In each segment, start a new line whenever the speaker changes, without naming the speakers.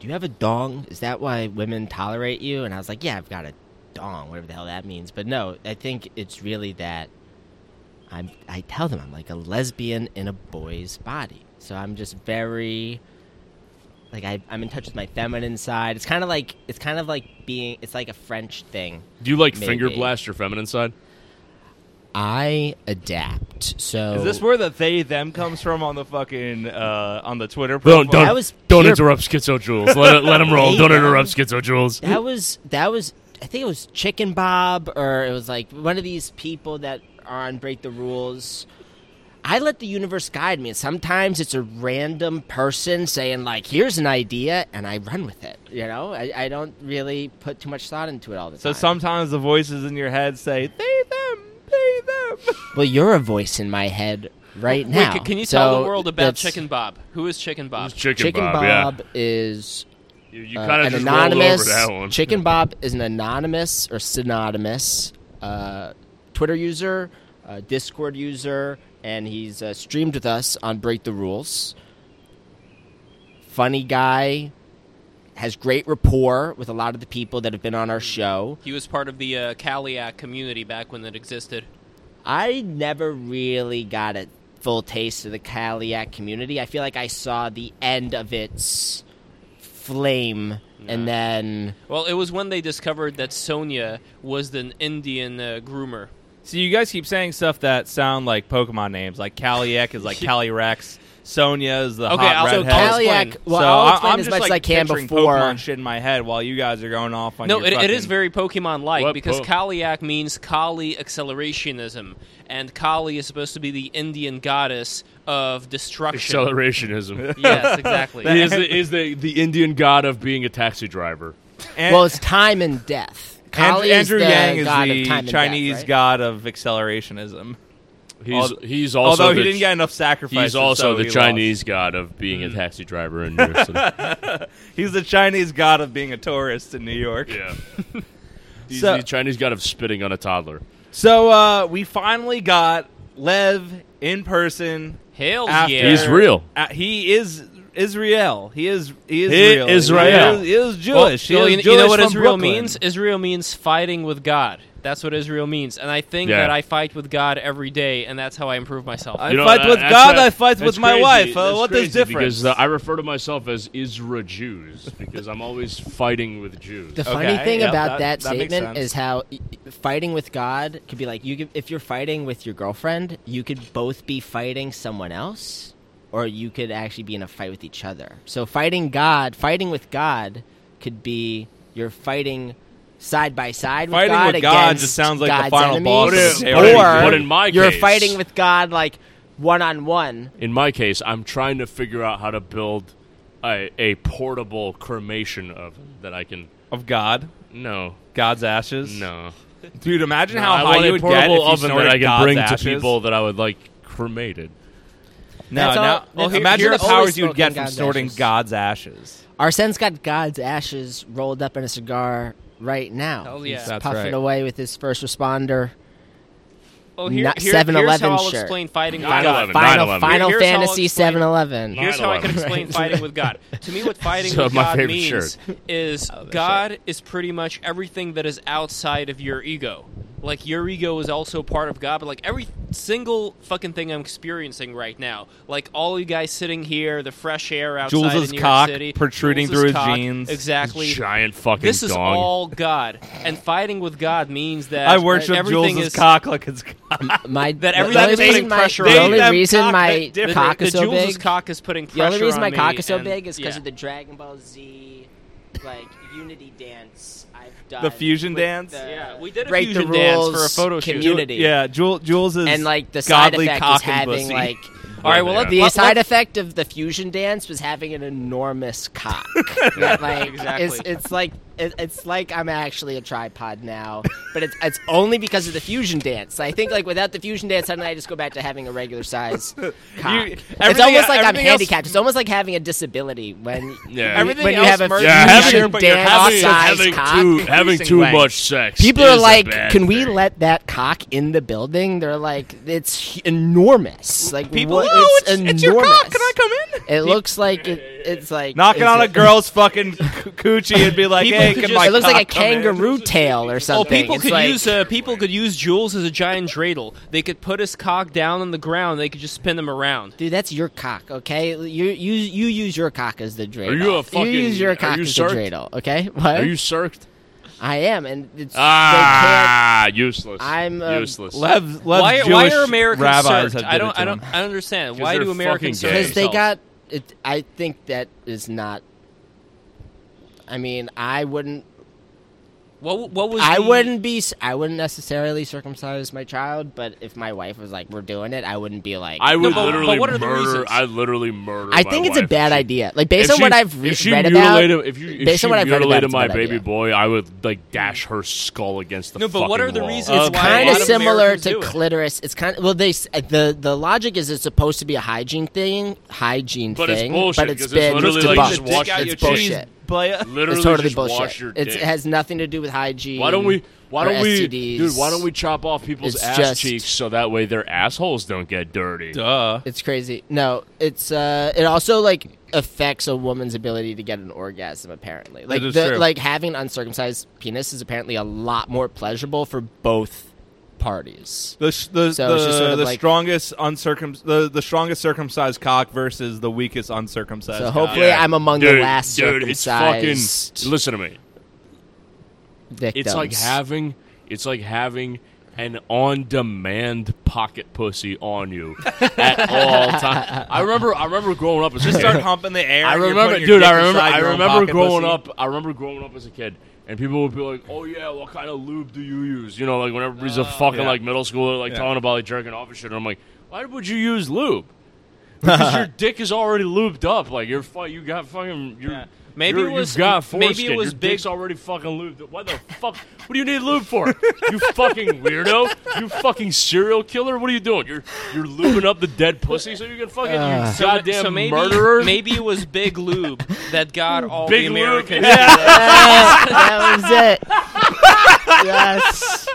"Do you have a dong? Is that why women tolerate you?" And I was like, "Yeah, I've got a dong, whatever the hell that means." But no, I think it's really that I'm. I tell them I'm like a lesbian in a boy's body, so I'm just very like I, I'm in touch with my feminine side. It's kind of like it's kind of like being. It's like a French thing.
Do you like
Maybe.
finger blast your feminine side?
I adapt. So
Is this
Oh.
where the they them comes from on the fucking uh, on the Twitter
Don't
profile?
don't,
I was
don't
pure-
interrupt Schizo Jules. Let it- let him roll.
Hey,
Don't
man.
interrupt Schizo Jules.
that was that was I think it was Chicken Bob or it was like one of these people that are on Break the Rules. I let the universe guide me, and sometimes it's a random person saying like, "Here's an idea," and I run with it. You know, I, I don't really put too much thought into it all the
So
time.
sometimes the voices in your head say they them, they them.
well, you're a voice in my head right
Wait,
now.
can, can you
So
tell the world about
that's-
Chicken Bob? Who is Chicken Bob?
Chicken,
Chicken
Bob, yeah.
Bob is
You, you
Uh,
kind of
an
just rolled over
anonymous
that one.
Chicken Bob is an anonymous or synonymous uh, Twitter user, uh, Discord user, and he's uh, streamed with us on Break the Rules. Funny guy, has great rapport with a lot of the people that have been on our show.
He was part of the uh, Caliac community back when it existed.
I never really got a full taste of the Caliac community. I feel like I saw the end of its flame, and then.
Well, it was when they discovered that Sonia was an Indian uh, groomer.
So you guys keep saying stuff that sound like Pokemon names, like Kaliak is like Calyrex, Sonia is the
Okay,
hot
I'll- so
redhead.
I'll Cali-
Caliac.
explain.
Well,
so
I'll
I-
explain
I'm
as
just,
much
like,
as I can
picturing
before.
Pokemon shit in my head while you guys are going off on
No,
your
it, it is
fucking-
very Pokemon like
What
because
po-
Kaliak means Kali accelerationism, and Kali is supposed to be the Indian goddess of destruction.
Accelerationism.
yes, exactly.
he is, the, is the, the Indian god of being a taxi driver.
And-
well, it's time and death.
And-
Kali
Andrew
is the
Yang is
god
the
of time and
Chinese
death, right?
god of accelerationism.
He's
Al-
he's also
Although he
the,
didn't get enough sacrifice.
he's also the
he
Chinese god of being
Mm.
a taxi driver in Houston.
lost. He's the Chinese god of being a tourist in New York.
yeah. He's
So-
the Chinese god of spitting on a toddler.
So uh, we finally got Lev in person.
Hail
After-
yeah.
He's real.
Uh, he is Israel. He is he is
He
real.
Israel.
He is, he is
Well,
Jewish.
you, know-
he
you
is
know,
Jewish
what
from
Israel
Brooklyn.
means? Israel means fighting with God. That's what Israel means, and I think
Yeah.
that I fight with God every day, and that's how I improve myself.
I
You know,
fight
that-
with
that's
God.
what-
I fight
that's
with my
crazy.
wife. Uh,
That's
what is
crazy
different?
Because uh, I refer to myself as Isra Jews because I'm always fighting with Jews.
The funny
Okay,
thing
yeah,
about that,
that- that makes
statement
sense.
is how y- fighting with God could be like you. Could, if you're fighting with your girlfriend, you could both be fighting someone else, or you could actually be in a fight with each other. So fighting God, fighting with God, could be you're fighting side by side. With
Fighting
God
with God
against
just sounds like
God's
the final boss
enemies,
of the series.
Or
But in my
you're
case-
fighting with God like one on one.
In my case, I'm trying to figure out how to build a, a portable cremation oven that I can.
of God,
No,
God's ashes.
no.
dude, imagine
I
how high
want
you
a
would
portable
get if you
oven that
snorted
I can
God's
bring
ashes.
to people that I would like cremated.
No,
That's all-
no.
well, here-
imagine the
here's
powers
always
you'd get
smoking
from
God's
snorting
ashes.
God's ashes.
Our son's got God's ashes rolled up in a cigar right now.
Hell yeah.
He's
That's
puffing
right.
away with his first responder.
oh, here,
not-
here, here's
7-Eleven
how I'll
shirt.
explain fighting with
Nine
God.
eleven.
Final, Final
Here- here's how I'll
Fantasy
explain-
7-Eleven.
Here's how I can
9/11,
explain
right?
fighting with God. To me, what fighting
So
with
my
God
favorite
means
shirt.
is
Oh,
God is pretty much everything that is outside of your ego. Like your ego is also part of God, but like every single fucking thing I'm experiencing right now, like all you guys sitting here, the fresh air outside in
Jules's
New York
cock
City,
protruding
Jules's
through his
cock,
jeans.
exactly.
Giant fucking
This is
dong.
all God, and fighting with God means that
I worship
everything
Jules'
is
cock like it's God.
My,
that
the
everything
only
is putting
reason my-
pressure
The
on
only
them.
reason
Cock-
my
the-
The,
cock is
the
so
Jules's
big.
cock is putting pressure
the only reason
on
my
me
cock is so
and-
big is because
yeah.
of the Dragon Ball Z like unity dance I've done.
The fusion
with
dance?
the
Yeah, we did a
Break
fusion
the
dance
rules
for a photo shoot.
community.
yeah, Jules, Jules is
And like the side
godly
effect
cock
is having
and pussy.
like
All right, well, let,
the
let,
side
let,
effect of the fusion dance was having an enormous cock. That, like
Exactly.
it's, it's like it, it's like I'm actually a tripod now, but it's it's only because of the fusion dance. I think like without the fusion dance, suddenly I just go back to having a regular size cock. it's
everything-
almost like I'm
everything else-
handicapped. It's almost like having a disability when
Yeah.
Everything
when you
else
have a
merges
Yeah,
You
having,
should
fusion
but you're
dance
having,
size
having
cock.
too, having
increasing
too
length.
much sex.
People
is
are
a
like,
bad
can we
thing."
let that cock in the building? They're like, it's enormous. Like
people.
what-
oh,
it's
it's,
enormous.
it's your cock. Can I come in?
It looks like it, it's like
Knocking
is
on a
it-
girl's fucking coochie and be like,
People
"Hey,
could
can
just-
my
like,
it looks
cock
like a
come in?"
kangaroo tail or
Oh,
something.
people
It's
could
like-
use uh, people could use Jules as a giant dreidel. They could put his cock down on the ground. They could just spin him around.
Dude, that's your cock, okay? You you you use your cock as the dreidel.
you a fucking-
use your
are
cock
you
as
circ-
the dreidel, okay? What?
Are you circed?
I am, and it's they
Ah, useless.
I'm, um,
useless.
Lev, Lev
Why, why
Jewish
are Americans
rabbis
served?
have
I
did
don't
it to
I don't
him.
I don't understand.
'Cause
Why
they're
do Americans
fucking
serve
gay.
because they got.
themselves?
It, I think that is not. I mean, I wouldn't.
what what was
I
the-
wouldn't be. s- I wouldn't necessarily circumcise my child, but if my wife was like, "We're doing it," I wouldn't be like.
I
No,
would
but- but
literally
what are the
murder.
reasons?
I literally murder.
I
my
think it's a
wife
bad
if she-
idea. Like based
if
on what
she-
I've re-
if she
read about,
mutilated, if you, if
based
she
on what I've read about,
mutilated
it's a
my
bad
baby
idea.
boy, I would like dash her skull against the
No, but what
fucking
are the
wall.
reasons
It's
why a
kind
lot
of
of
similar
Americans
to
do it?
clitoris. It's kind of well, they s- the the logic is it's supposed to be a hygiene thing, hygiene
But it's
thing,
bullshit,
but
'cause
it's
it's
been
literally
debunked.
like just wash
it's
your cheese.
bullshit.
Uh, Literally,
It's totally
just wash your
bullshit. It's,
dick.
it has nothing to do with hygiene.
why don't we? Why
or
don't we,
STDs.
dude? Why don't we chop off people's
It's
ass
just-
cheeks so that way their assholes don't get dirty?
Duh.
It's crazy. No, it's uh, it also like affects a woman's ability to get an orgasm. Apparently, like
is
the,
true.
like having uncircumcised penis is apparently a lot more pleasurable for both parties.
The sh- the
So it's
the,
just sort of
the
like-
strongest uncircum the, the strongest circumcised cock versus the weakest uncircumcised.
So
cock.
hopefully,
Yeah.
I'm among
dude,
the last
dude,
circumcised
It's fucking, listen to me.
victims.
It's like having it's like having an on-demand pocket pussy on you at all time. I remember I remember growing up as a
just
kid.
start humping the air.
I
and you're
remember,
putting your
dude. I
dick
remember.
inside
I
your own
remember
pocket
growing
pussy.
up. I remember growing up as a kid, and people would be like, "Oh yeah, what kind of lube do you use?" You know, like when everybody's
Oh,
a fucking
yeah.
like middle schooler, like
Yeah.
talking about like jerking off and shit. And I'm like, "Why would you use lube?" Because your dick is already lubed up. Like you're fu- You got fucking. You're,
Yeah. Maybe
you're-
it
you've
was-
got
maybe it
foreskin.
was
Your
big-
dick's already fucking lubed. up. Why the fuck? What do you need lube for? You fucking weirdo! You fucking serial killer! What are you doing? You're you're lubing up the dead pussy so you can fucking you
Uh. So-
goddamn
so maybe,
murderer.
Maybe it was Big Lube that got all
Big
the
lube.
Americans.
that was it. yes.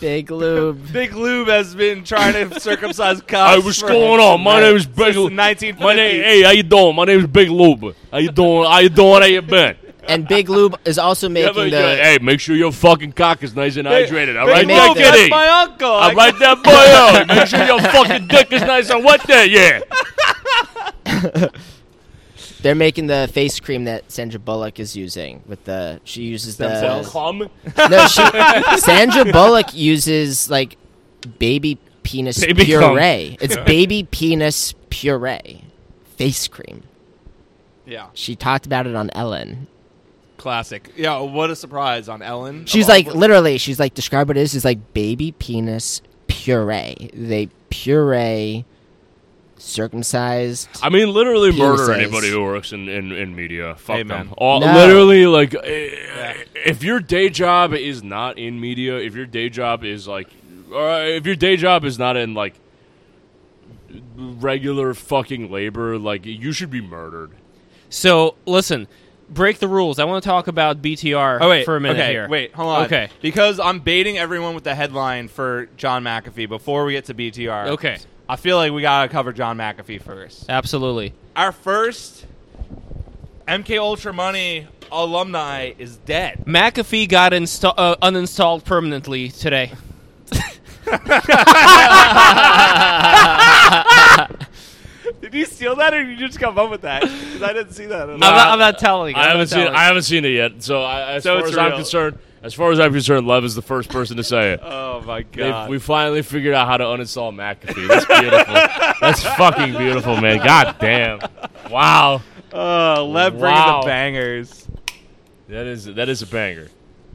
Big lube.
Big Lube has been trying to circumcise
Hey,
cocks.
what's
for-
going on? My name is Big
Since
Lube.
the
My
1950s.
name, hey, how you doing? My name is Big Lube. How you doing? How you doing? How you been?
And Big Lube is also
Yeah,
making
but,
the.
yeah, hey, make sure your fucking cock is nice and hydrated. All right,
Big
now,
Lube, that's
kitty.
my uncle.
All right, that boy. up. Make sure your fucking dick is nice and wet there. Yeah.
They're making the face cream that Sandra Bullock is using with the. She uses the.
Come.
No, she, Sandra Bullock uses like baby penis
Baby
puree. It's baby penis puree face cream.
Yeah,
She talked about it on Ellen.
classic. Yeah, what a surprise on Ellen. of
She's
all
like
the-
literally. She's like describe what it is. It's like baby penis puree. They puree circumcised.
I mean, literally murder
Penises.
anybody who works in, in, in media. Fuck
Amen.
them. All,
No.
Literally, like, eh, if your day job is not in media, if your day job is like, or uh, if your day job is not in like regular fucking labor, like you should be murdered.
So listen, break the rules. I want to talk about BTR
Oh wait,
for a minute
okay,
here.
Wait, hold on.
Okay.
because I'm baiting everyone with the headline for John McAfee before we get to BTR.
Okay.
I feel like we gotta cover John McAfee first.
Absolutely.
Our first MK Ultra Money alumni is dead.
McAfee got insta- uh, uninstalled permanently today.
Did you steal that, or did you just come up with that? Because I didn't see that. At
I'm, not, I'm not telling. you.
I
I'm
haven't
not
seen.
telling.
I haven't seen it yet. So, I, as
So
far
it's
as I'm
real.
concerned, as far as I'm concerned, Lev is the first person to say it.
Oh my
They-
god!
we finally figured out how to uninstall McAfee. That's beautiful. That's fucking beautiful, man. God damn. Wow.
uh, Lev bringing
Wow.
the bangers.
That is that is a banger.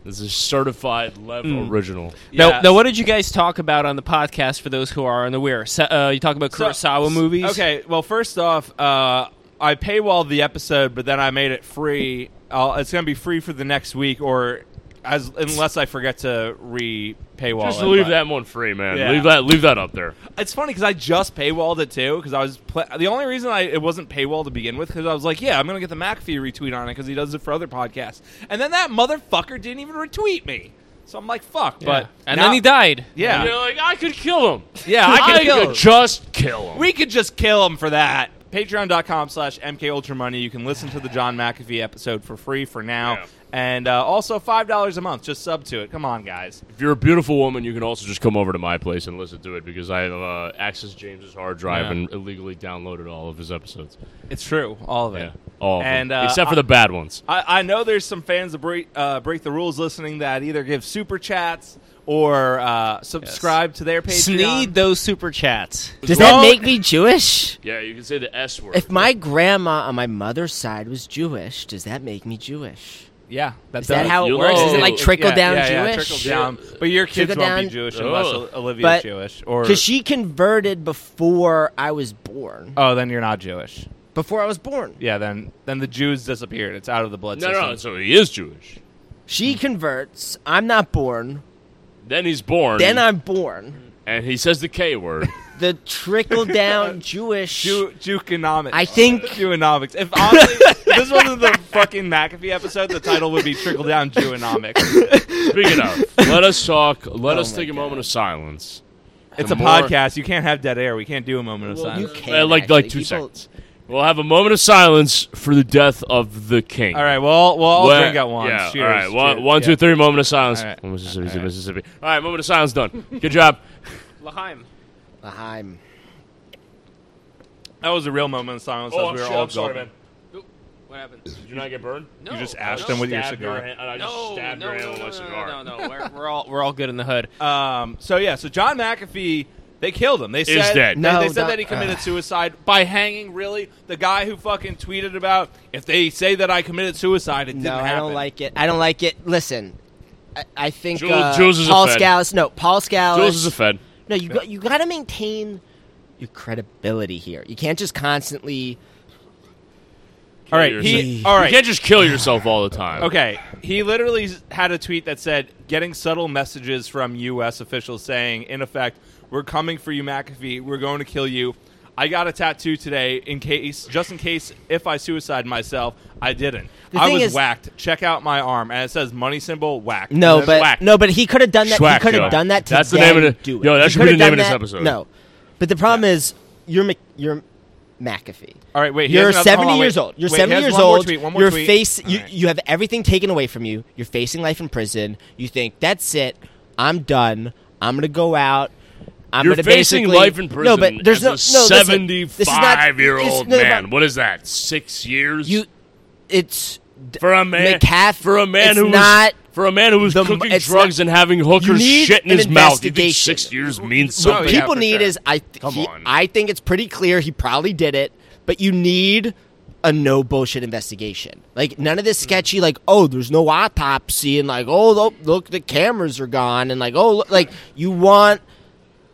This is certified Lev original.
Now,
Yes.
now, what did you guys talk about on the podcast for those who are unaware? So, uh, you talk about
So-
Kurosawa
s-
movies.
Okay, well, first off, uh, I paywalled the episode, but then I made it free. I'll, it's going to be free for the next week, or as unless I forget to re paywall.
Just
it,
leave
but-
that one free, man.
Yeah.
Leave that leave that up there.
It's funny because I just paywalled it too. Because I was pla the only reason I it wasn't paywall to begin with because I was like, yeah, I'm going to get the McAfee retweet on it because he does it for other podcasts, and then that motherfucker didn't even retweet me. So I'm like, fuck.
Yeah.
But
and
now-
then he died.
Yeah,
You're like I could kill him.
yeah, I can
I
kill.
could just kill him.
we could just kill him for that. patreon.com slash mkultramoney. You can listen to the John McAfee episode for free for now.
Yeah.
And uh, also $5 a month. Just sub to it. Come on, guys.
If you're a beautiful woman, you can also just come over to my place and listen to it because I have uh, access James's hard drive
Yeah.
and illegally downloaded all of his episodes.
It's true. All of it.
Yeah, all of them.
And, uh,
except for
I-
the bad ones.
I, I know there's some fans that break, uh, break the rules listening that either give super chats or uh, subscribe to their Patreon.
Sneed those super chats.
Does that
Don't-
make me Jewish?
Yeah, you can say the S word.
If my grandma on my mother's side was Jewish, does that make me Jewish?
Yeah,
Is that how it
You
works? Is it
know-
like trickle
yeah,
down
yeah, yeah,
Jewish?
trickle down. But your kids
Trickle
won't be
down.
Jewish unless
Ugh.
O- Olivia's
But-
Jewish, or
Because she converted before I was born.
oh, then you're not Jewish.
Before I was born,
Yeah, then then the Jews disappeared. It's out of the blood
no,
system.
no, so he is Jewish.
she converts. I'm not born.
Then he's born.
Then I'm born.
and he says the K word.
The trickle down Jewish.
Jew, Jewconomics.
I think-
Jewonomics. If honestly, if this wasn't the fucking McAfee episode, the title would be "Trickle Down Jewonomics."
Speaking of, let us talk. Let
Oh
us
my
take a moment of silence.
It's
The
a
more-
podcast. You can't have dead air. We can't do a moment of
Well,
You
silence.
can
Uh, like- like two seconds. We'll have a moment of silence for the death of the king.
All right. Well, we'll all
Where-
drink at once.
Yeah,
Cheers.
all right. One,
Cheers.
one, two, three, Moment of silence.
All right.
Mississippi,
All right.
Mississippi. All right. Moment of silence done. Good job.
Lahaim.
Lahaim.
That was a real moment of
Oh,
silence. as we were all gulping.
What happened?
Did you not get burned?
No,
You just
no,
ashed
no.
them with your
Stabbed
cigar.
hand- I just
No, no,
stabbed
no,
your hand
no,
with
no,
my cigar.
no, no, no. We're, we're all we're all good in the hood.
Um, so yeah, so John McAfee, they killed him. They said
dead.
They,
No,
they said
not-
that he committed suicide by hanging. Really, the guy who fucking tweeted about if they say that I committed suicide, it didn't
No,
happen.
I don't like it. I don't like it. Listen, I, I think
Jules-
uh,
Jules is a
Paul
fed.
Scalise. No, Paul Scalise.
Jules is a Fed.
no, you got, you got to maintain your credibility here. You can't just constantly.
All right,
Kill
he.
yourself.
All
You
right,
can't just kill yourself all the time.
okay. He literally s- had a tweet that said, "Getting subtle messages from U.S. officials saying, in effect, we're coming for you, McAfee. We're going to kill you." I got a tattoo today in case, just in case, if I suicide myself, I didn't.
The
I
thing
was
is-
whacked. Check out my arm, and it says money symbol whack.
No,
And then
but
whacked.
no, but he could have done that.
Schwack,
he could
yo.
have done that today.
That's the name of the-
Do it.
yo, that
He
should be
coulda
the name
done
of this
that-
episode.
No, but the problem is you're Mc, you're McAfee.
All right, wait. he has
You're
another- hold
70
on, wait.
years old. You're
Wait, he
70
has
years
one more
old.
tweet, one more
you're
tweet.
face.
All
You,
right.
you have everything taken away from you. You're facing life in prison. You think that's it. I'm done. I'm gonna go out. I'm
You're
gonna
facing
basically-
life in prison.
No, but there's
as
no
a
no. listen, this is not- this
seventy-five-year-old
is not
man.
about-
What is that? Six years?
You, it's
for a man?
McCaff-
for a man
it's
who was-
not
for a man who was
the-
cooking
it's
drugs
not-
and having hookers
need
shit in
an
his mouth. You think
investigation.
six years means
Well,
something?
yeah,
people
for
need
sure.
is I. th-
Come
he-
on.
I think it's pretty clear he probably did it, but you need a no bullshit investigation. Like none of this
Hmm.
sketchy. Like oh, there's no autopsy, and like oh look, look the cameras are gone, and like oh look, like you want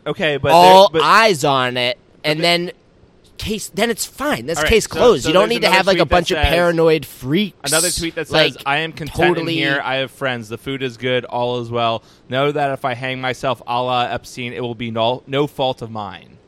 Okay, but
all
there, but,
eyes on it, and then. Case then it's fine. That's
All right,
case
so-
closed.
so
you don't
there's
need to
another
have like a
tweet that
bunch of
says-
paranoid freaks.
another tweet that says,
like,
"I am content
totally,
in here. I have friends. The food is good. All is well. Know that if I hang myself, a la Epstein, it will be no no fault of mine."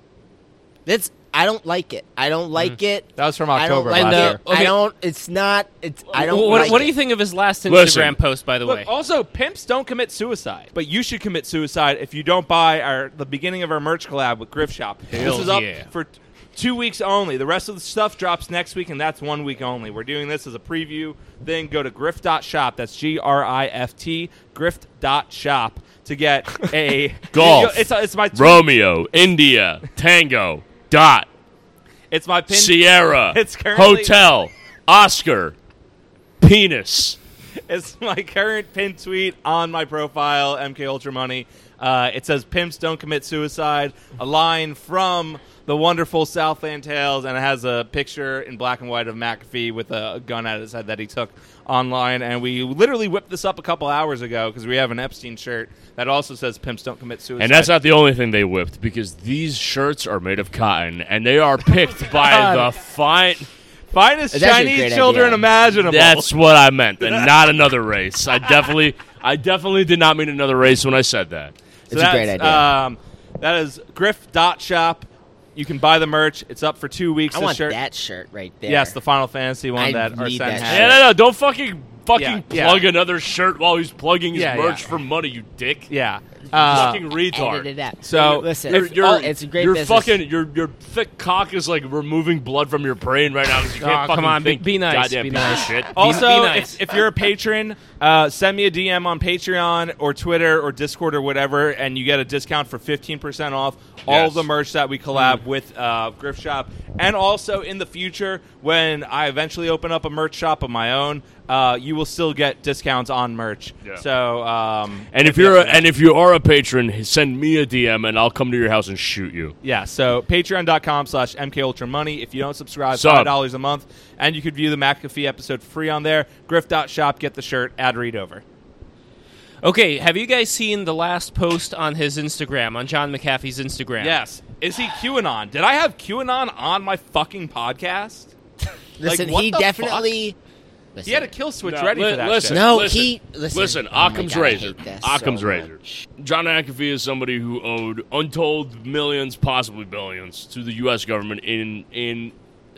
That's I don't like it. I don't like it.
That was from
I don't
Hmm. October
like
last
it.
year.
Okay.
I don't. It's not. It's. I don't.
What,
like
what do
it.
you think of his last Instagram
Listen.
post? By the way,
Look, also, pimps don't commit suicide, but you should commit suicide if you don't buy our the beginning of our merch collab with Griff Shop.
Hell
this is up
yeah.
for t- two weeks only. The rest of the stuff drops next week, and that's one week only. We're doing this as a preview. Then go to griff.shop. That's G R I F T, griff.shop to get a
Golf.
It's, it's my
Romeo, India, Tango, Dot,
it's my pin.
Sierra,
It's currently-
Hotel, Oscar, Penis.
It's my current pin tweet on my profile, MK Ultra Money. Uh, it says "Pimps don't commit suicide," a line from the wonderful Southland Tales, and it has a picture in black and white of McAfee with a gun at his head that he took online. And we literally whipped this up a couple hours ago because we have an Epstein shirt that also says "Pimps don't commit suicide."
And that's not the only thing they whipped because these shirts are made of cotton and they
Oh
are picked by the fine.
finest
It's actually a
Chinese
great
children
idea.
imaginable.
That's what I meant, and not another race. I definitely, I definitely did not mean another race when I said that.
So
It's a great
that's,
idea.
Um, that is griff.shop. You can buy the merch. It's up for two weeks.
I
this
want
shirt.
that shirt right there.
Yes, the Final Fantasy one
I
that
need
Arsene
that
had.
Yeah, no, no, don't fucking fucking
yeah.
plug another shirt while he's plugging his
Yeah,
merch
yeah.
for money, you dick.
Yeah. Uh,
uh,
fucking retard.
Edit it out.
So,
listen,
Your- your-
oh, it's a great
your
business.
fucking your your thick cock is like removing blood from your brain right now because you
Aw,
can't
come
fucking
on, be-
think
be nice,
goddamn
be
piece of
nice. Oh.
shit.
Also,
be nice.
if, if you're a patron, uh, send me a DM on Patreon or Twitter or Discord or whatever, and you get a discount for 15% off all
Yes.
the merch that we collab with uh, Griff Shop. And also in the future, when I eventually open up a merch shop of my own, uh, you will still get discounts on merch.
Yeah.
So, um,
and if you're a, and if you are a patron, send me a DM and I'll come to your house and shoot you.
yeah, so patreon.com slash mkultramoney. If you don't subscribe,
Sub.
$5 a month, and you could view the McAfee episode free on there. Griff.shop, get the shirt, ad read over.
Okay, have you guys seen the last post on his Instagram, on John McAfee's Instagram?
Yes. Is he QAnon? Did I have QAnon on my fucking podcast?
listen,
what
he
the fuck?
definitely. Listen,
He had a kill switch
No,
ready
li-
for that
listen.
shit.
no,
Listen,
he listen.
listen,
oh my
Occam's
God, I
razor.
hate this
Occam's
so
razor.
much.
John McAfee is somebody who owed untold millions, possibly billions, to the U.S. government in in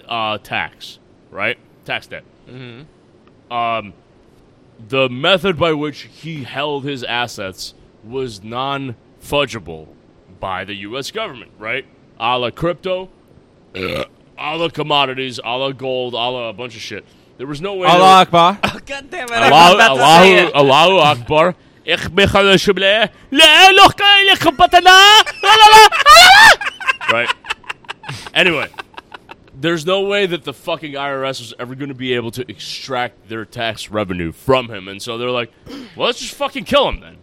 uh, tax, right? Tax debt. Mm-hmm. Um, the method by which he held his assets was non fudgeable by the U.S. government, right? A la crypto, a la commodities, a la gold, a la a bunch of shit. There was no way. there was-
Akbar.
God damn it!
Allahu, Allahu, Allahu Akbar. Ich bin Khalil Shubleh. La ilaha illa Khabbatana. La, la, la, la, la. Right. Anyway, there's no way that the fucking IRS was ever going to be able to extract their tax revenue from him, and so they're like, "Well, let's just fucking kill him then."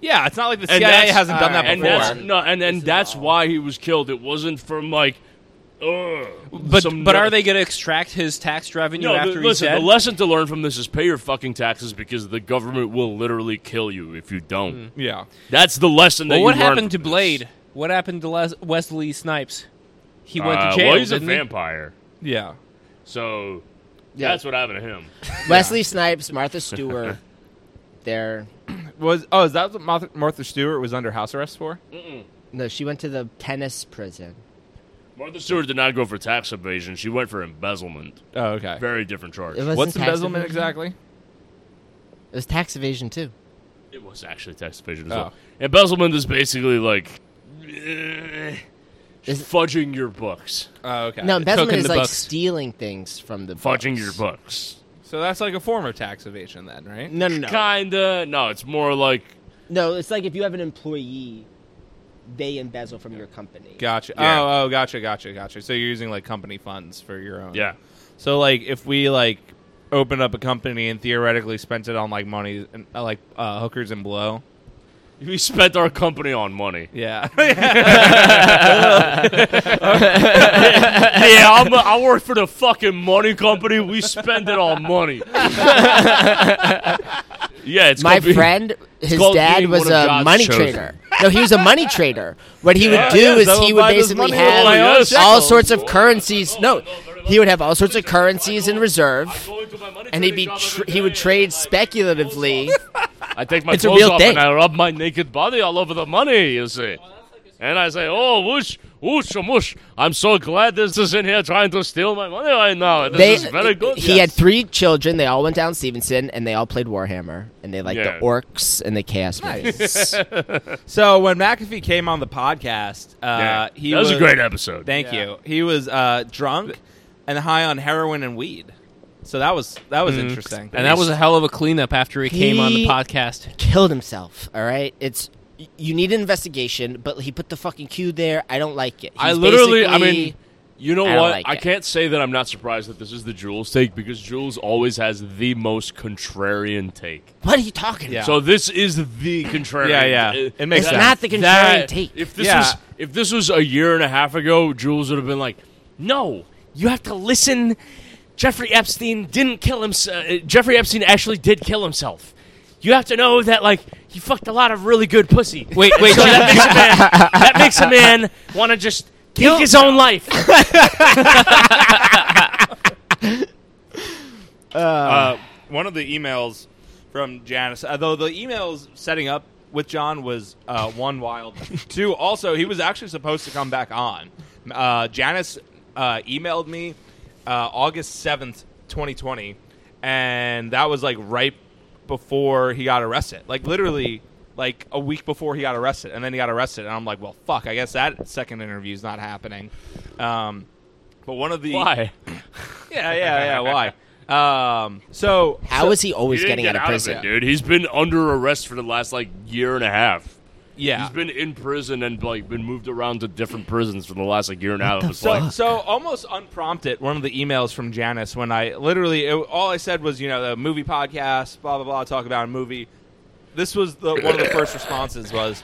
Yeah, it's not like the
And
CIA
that's-
hasn't done that
And
before.
that's no, and and that's why he was killed. It wasn't from like, ugh,
But
some
but
no-
are they going to extract his tax revenue
no,
after
the,
he's
listen.
dead?
The lesson to learn from this is pay your fucking taxes because the government will literally kill you if you don't.
yeah.
That's the lesson that
Hmm. well,
you
what
learn
happened to
from this.
Blade? What happened to Les- Wesley Snipes? He went
Uh,
to jail.
Well, he's a
didn't he?
vampire,
Yeah.
so
Yeah.
that's what happened to him.
Wesley Snipes, Martha Stewart. They're
Was oh, is that what Martha, Martha Stewart was under house arrest for?
no, she went to the tennis prison.
Martha Stewart did not go for tax evasion; she went for embezzlement.
Oh, okay.
Very different charge.
It
It
wasn't
was,
What's
tax
embezzlement
evasion.
exactly?
It was tax evasion too.
actually tax evasion as
Oh.
well. Embezzlement is basically like eh,
Is-
fudging your books,
Oh, okay.
No, embezzlement
in
is
the
like
books.
stealing things from the
fudging
books.
your books.
So that's like a form of tax evasion then, right?
No, no, no,
Kinda. No, it's more like
no. It's like if you have an employee, they embezzle from your company.
Gotcha.
Yeah.
Oh, oh, gotcha, gotcha, gotcha. So you're using like company funds for your own.
yeah.
So like if we like opened up a company and theoretically spent it on like money and uh, like uh, hookers and blow.
We spent our company on money.
Yeah.
yeah, I'm a, I work for the fucking money company. We spend it on money. yeah, it's
My
called being-
friend, his
called
dad
being
was
one of
a
God's
money
chosen.
trader. No, he was a money trader. What he would do
yeah, so
is
I'll
he would
buy this
basically
money with
have
my own
all
shekels.
sorts of currencies. No,
very
he would have all sorts of currencies in reserve,
I go into my money
and he'd be
trading job
tr-
every
he would
day,
trade
and I-
speculatively.
I take my
It's a
clothes
real
off
thing.
and I rub my naked body all over the money. You see. And I say, oh, whoosh, whoosh, whoosh. I'm so glad this is in here trying to steal my money right now. This
They,
is very good.
he had
yes.
three children. They all went down Stevenson, and they all played Warhammer, and they liked
Yeah.
the orcs and the chaos marines.
So when McAfee came on the podcast, uh, he
that was, a great episode.
Thank
Yeah.
you. He was uh, drunk and high on heroin and weed. So that was that was
Hmm. Mm-hmm.
interesting.
And that was a hell of a cleanup after he, came on the
He-
podcast.
killed himself. All right, it's y- you need an investigation, but he put the fucking Q there. I don't like it.
I
He's
literally, I
basically-
mean, you know
I don't
what?
like
I
it.
can't say that I'm not surprised that this is the Jules take because Jules always has the most contrarian take.
what are you talking
Yeah.
about?
So this is the contrarian.
Yeah, yeah.
uh,
It makes
It's
sense.
not the contrarian
that-
take.
If this
Yeah.
was if this was a year and a half ago, Jules would have been like, "No, you have to listen. Jeffrey Epstein didn't kill himself. Uh, Jeffrey Epstein actually did kill himself. You have to know that like he fucked a lot of really good pussy.
Wait, wait,
So that makes a man, that makes a man want to just take his own life.
uh, one of the emails from Janice. Although the emails setting up with John was uh, one wild. Two, also he was actually supposed to come back on. Uh, Janice uh, emailed me uh, August seventh, twenty twenty, and that was like right before he got arrested. Like literally, like a week before he got arrested, and then he got arrested, and I'm like, well, fuck. I guess that second interview's not happening. Um, but one of the
Why?
yeah, yeah, yeah. Why? Um, so
How is he always
He didn't
getting
get
out of prison?
it, dude. He's been under arrest for the last like year and a half.
yeah,
He's been in prison and like been moved around to different prisons for the last like year and a half of his
So,
life.
so almost unprompted, one of the emails from Janice when I literally it, all I said was, you know, the movie podcast, blah blah blah, talk about a movie. This was the one of the first responses was,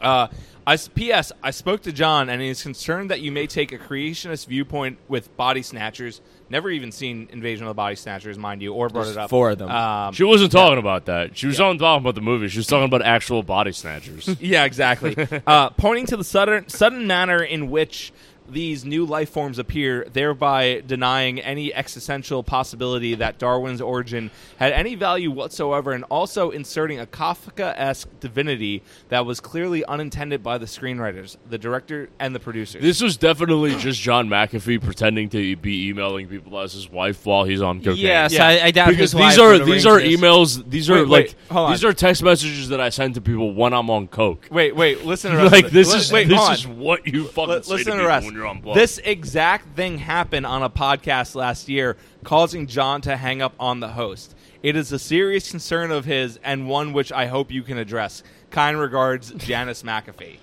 uh, I s- P.S. I spoke to John and he's concerned that you may take a creationist viewpoint with body snatchers. Never even seen Invasion of the Body Snatchers, mind you, or brought
There's
it up.
four of them.
Um,
She wasn't talking about that. She was not talking about the movie. She was talking about actual body snatchers.
Yeah, exactly. uh, pointing to the sudden, sudden manner in which these new life forms appear, thereby denying any existential possibility that Darwin's origin had any value whatsoever, and also inserting a Kafka esque divinity that was clearly unintended by the screenwriters, the director, and the producers.
this was definitely just John McAfee pretending to be emailing people as his wife while he's on cocaine.
Yes,
Yeah.
I, I doubt
Because
his wife
these are
would
these are
arrange this.
emails. These are
Wait, wait, hold
like
on.
these are text messages that I send to people when I'm on coke.
wait, wait, listen to the rest
Like
of it.
this
Li-
is
wait,
this
hold on.
is what you fucking
L-
say to
listen to
people
us.
when you're on blow.
This exact thing happened on a podcast last year, causing John to hang up on the host. It is a serious concern of his and one which I hope you can address. Kind regards, Janice McAfee.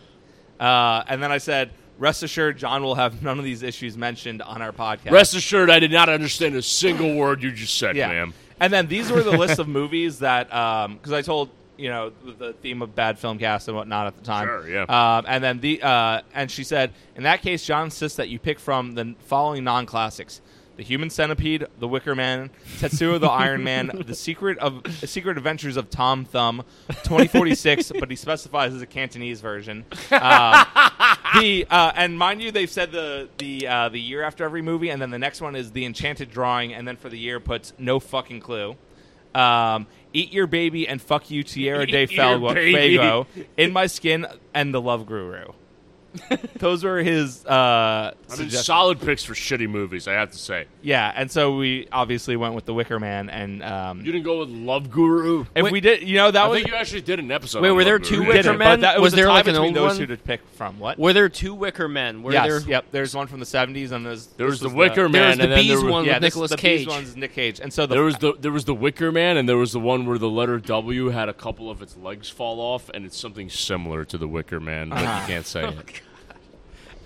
Uh, and then I said, rest assured, John will have none of these issues mentioned on our podcast.
Rest assured, I did not understand a single word you just said, ma'am.
And then these were the list of movies that, because I told you know the- the theme of bad film cast and whatnot at the time.
Sure, yeah.
Um, and then the uh, and she said, in that case, John insists that you pick from the following non-classics: The Human Centipede, The Wicker Man, Tetsuo the Iron Man, The Secret of Secret Adventures of Tom Thumb, 2046, but he specifies as a Cantonese version. Um, the uh, and mind you, they've said the the uh, the year after every movie, and then the next one is the Enchanted Drawing, and then for the year puts no fucking clue. Um, Eat your baby and fuck you, Tierra de
Eat Your
Fel-
Baby.
Fuego, in my skin, and the Love Guru. Those were his uh,
I mean,
suggestions.
solid picks for shitty movies, I have to say.
yeah, and so we obviously went with the Wicker Man, and um,
You didn't go with Love Guru.
if we did, you know, that
I
was
think you actually did an episode.
Wait,
on
were
Love
there
Guru,
two
yeah.
we did
Wicker
it, but
Men?
that, it
Was
was, a
there,
tie
like, an
between
old
those
one?
two to pick from. What?
Were there two Wicker Men? Were
yes,
there,
yep. There's one from the '70s, and there's
There was
this
the Wicker Man,
there was the
and then
bees
there was,
one
yeah,
with
this-
Nicolas
the
Cage.
Beast one's Nick Cage, and so the,
There was the there was the Wicker Man, and there was the one where the letter W had a couple of its legs fall off, and it's something similar to the Wicker Man, but you can't say it.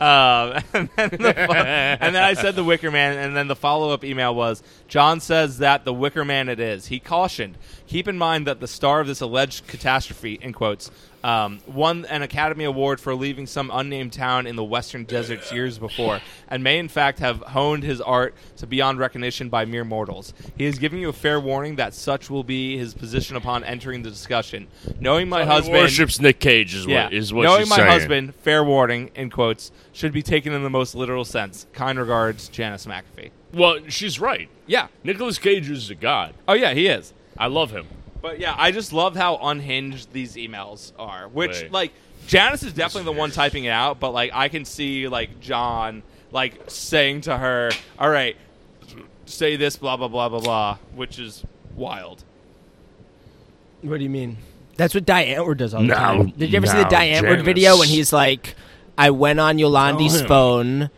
um, and, then the fo- and then I said the Wicker Man, and then the follow up email was John says that the Wicker Man it is. He cautioned, keep in mind that the star of this alleged catastrophe, in quotes, um, won an Academy Award for leaving some unnamed town in the western deserts years before, and may in fact have honed his art to beyond recognition by mere mortals. He is giving you a fair warning that such will be his position upon entering the discussion. Knowing my husband.
worships Nick Cage is what
Yeah,
is what
knowing
she's
my
saying.
husband, fair warning in quotes, should be taken in the most literal sense. Kind regards, Janice McAfee.
Well, she's right.
Yeah.
Nicholas Cage is a god.
Oh yeah, he is.
I love him.
But yeah, I just love how unhinged these emails are. Which
Wait.
like Janice is definitely the one typing it out, but like I can see like John like saying to her, "All right, say this, blah blah blah blah blah," which is wild.
What do you mean? That's what Diane Antwoord does all the
No,
time. Did you ever see the
no,
Diane Antwoord
Janice.
video when he's like, I went on Yolandi's
him.
phone.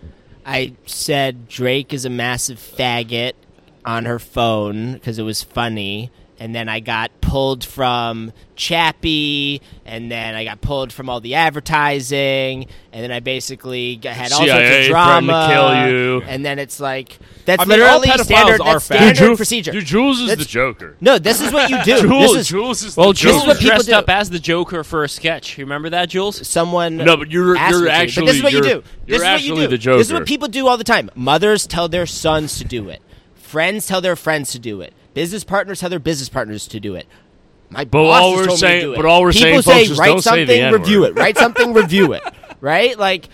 I said Drake is a massive faggot on her phone because it was funny. And then I got pulled from Chappie, and then I got pulled from all the advertising, and then I basically got, had all sorts of
CIA threatened to
drama.
kill you.
And then it's like that's
I mean, all
literally
pedophiles
standard,
are
that's
faggots.
standard
Dude, Ju-
procedure.
Dude, Jules is
That's-
the Joker.
no, this is what you do.
Jules,
this is
Jules is
Well,
the Joker.
Jules
is what people
dressed
do.
up as the Joker for a sketch. You remember that, Jules?
someone.
No, but you're-
asked
you're
me to. But
actually-
this is what you
you're-
do. This
you're
is what you
actually
do.
the
This is
Joker.
what people do all the time. Mothers tell their sons to do it. Friends tell their friends to do it. Business partners tell their business partners to do it. My
But
boss
all
has
we're
told me
saying-
to do it.
but all we're
people
saying,
say
folks, is
write
don't say
something,
the N-word."
review it. Write something, review it. Right? Like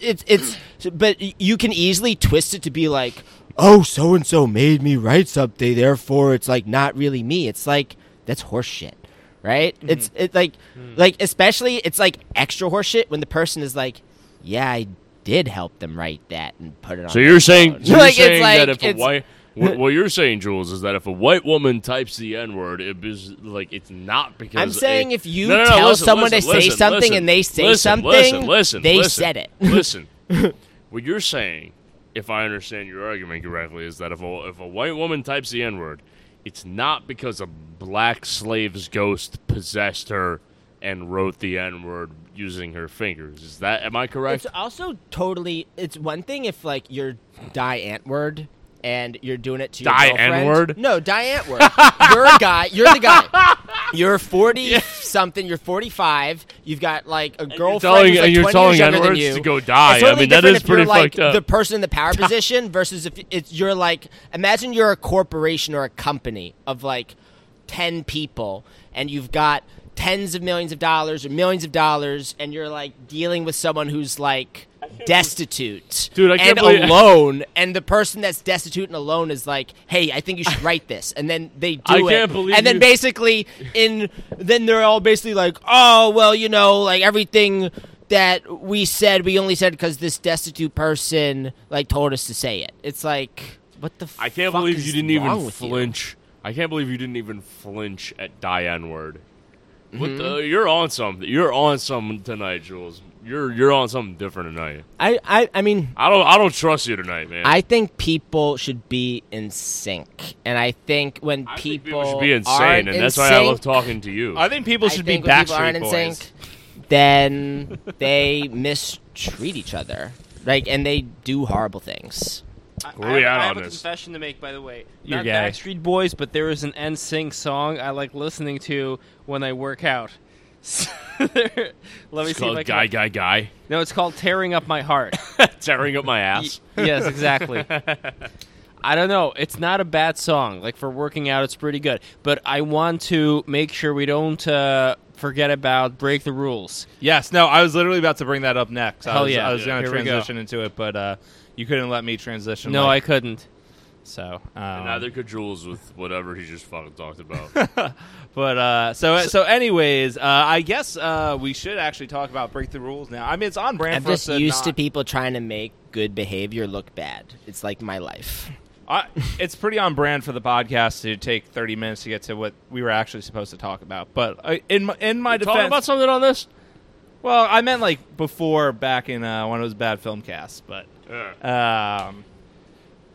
it's it's. But you can easily twist it to be like, oh, so and so made me write something, therefore it's like not really me. It's like that's horseshit right? It's it like like especially it's like extra horseshit when the person is like, yeah, I did help them write that and put it on.
So
their
you're saying,
phone."
so you're
Like, it's
saying
like-
that if a
it's-
wife What, what you're saying, Jules, is that if a white woman types the N word, it is like it's not because
I'm saying
a-
if you
No, no, no,
tell
listen,
someone
listen,
to say
listen,
something
listen,
and they say
listen,
something,
listen, listen,
they
listen,
said it.
listen, what you're saying, if I understand your argument correctly, is that if a if a white woman types the N word, it's not because a black slave's ghost possessed her and wrote the N word using her fingers. Is that am I correct?
It's also totally. It's one thing if like you're die ant word and you're doing it to your
Die
girlfriend.
Antword?
No, die ant word. you're a guy. You're the guy. You're forty something. You're forty five. You've got like a girlfriend
telling-
who's like
and you're
twenty
telling
years younger than
N-words
you.
to go die.
It's
I
totally
mean, that
different
is
if you're,
pretty
like,
fucked up.
The person in the power position versus if it's you're like. Imagine you're a corporation or a company of like ten people, and you've got tens of millions of dollars or millions of dollars, and you're like dealing with someone who's like destitute
Dude, I can't
and
believe-
alone and the person that's destitute and alone is like hey i think you should write this and then they do
I
it
can't believe
and then
you-
basically in then they're all basically like oh well you know like everything that we said we only said because this destitute person like told us to say it it's like what the
I can't
fuck
believe
is
you didn't
wrong
even
with you?
flinch. I can't believe you didn't even flinch at Diane Word. What the,
Mm-hmm.
you're on something. You're on something tonight, Jules. You're you're on something different tonight.
I, I i mean
I don't I don't trust you tonight, man.
I think people should be in sync, and I think when
I think
people,
should be
aren't
insane, and
in
that's
sync,
why I love talking to you.
I think people should
think
be
when people
Backstreet
aren't
Boys.
in sync, then they mistreat each other, like, and they do horrible things.
Where we
I,
at
I
on
have a
this?
confession to make, by the way.
You're
Not
gay.
Backstreet Boys, but there is an NSYNC song I like listening to when I work out. Let me
it's
see if
called
I can.
guy, guy, guy,
No, it's called "Tearing Up My Heart."
tearing up my
Y-
ass.
yes, exactly. I don't know. It's not a bad song. Like for working out, it's pretty good. But I want to make sure we don't uh, forget about break the rules.
Yes, no, I was literally about to bring that up next. I
Hell
was,
yeah.
I was going to
Here we go.
transition into it, but uh, you couldn't let me transition.
No, I
like,
couldn't.
so.
And
Um,
neither could Jules with whatever he just fucking talked about.
But uh, so so, anyways, uh, I guess uh, we should actually talk about break the rules now. I mean, it's on brand
I'm
for us
just used to
not-
people trying to make good behavior look bad. It's like my life.
I, it's pretty on brand for the podcast to take thirty minutes to get to what we were actually supposed to talk about. But uh, in my, in my defense,
Talking about something on this?
well, I meant like before back in uh, when it was bad film cast, but.
Yeah.
Uh,
Um,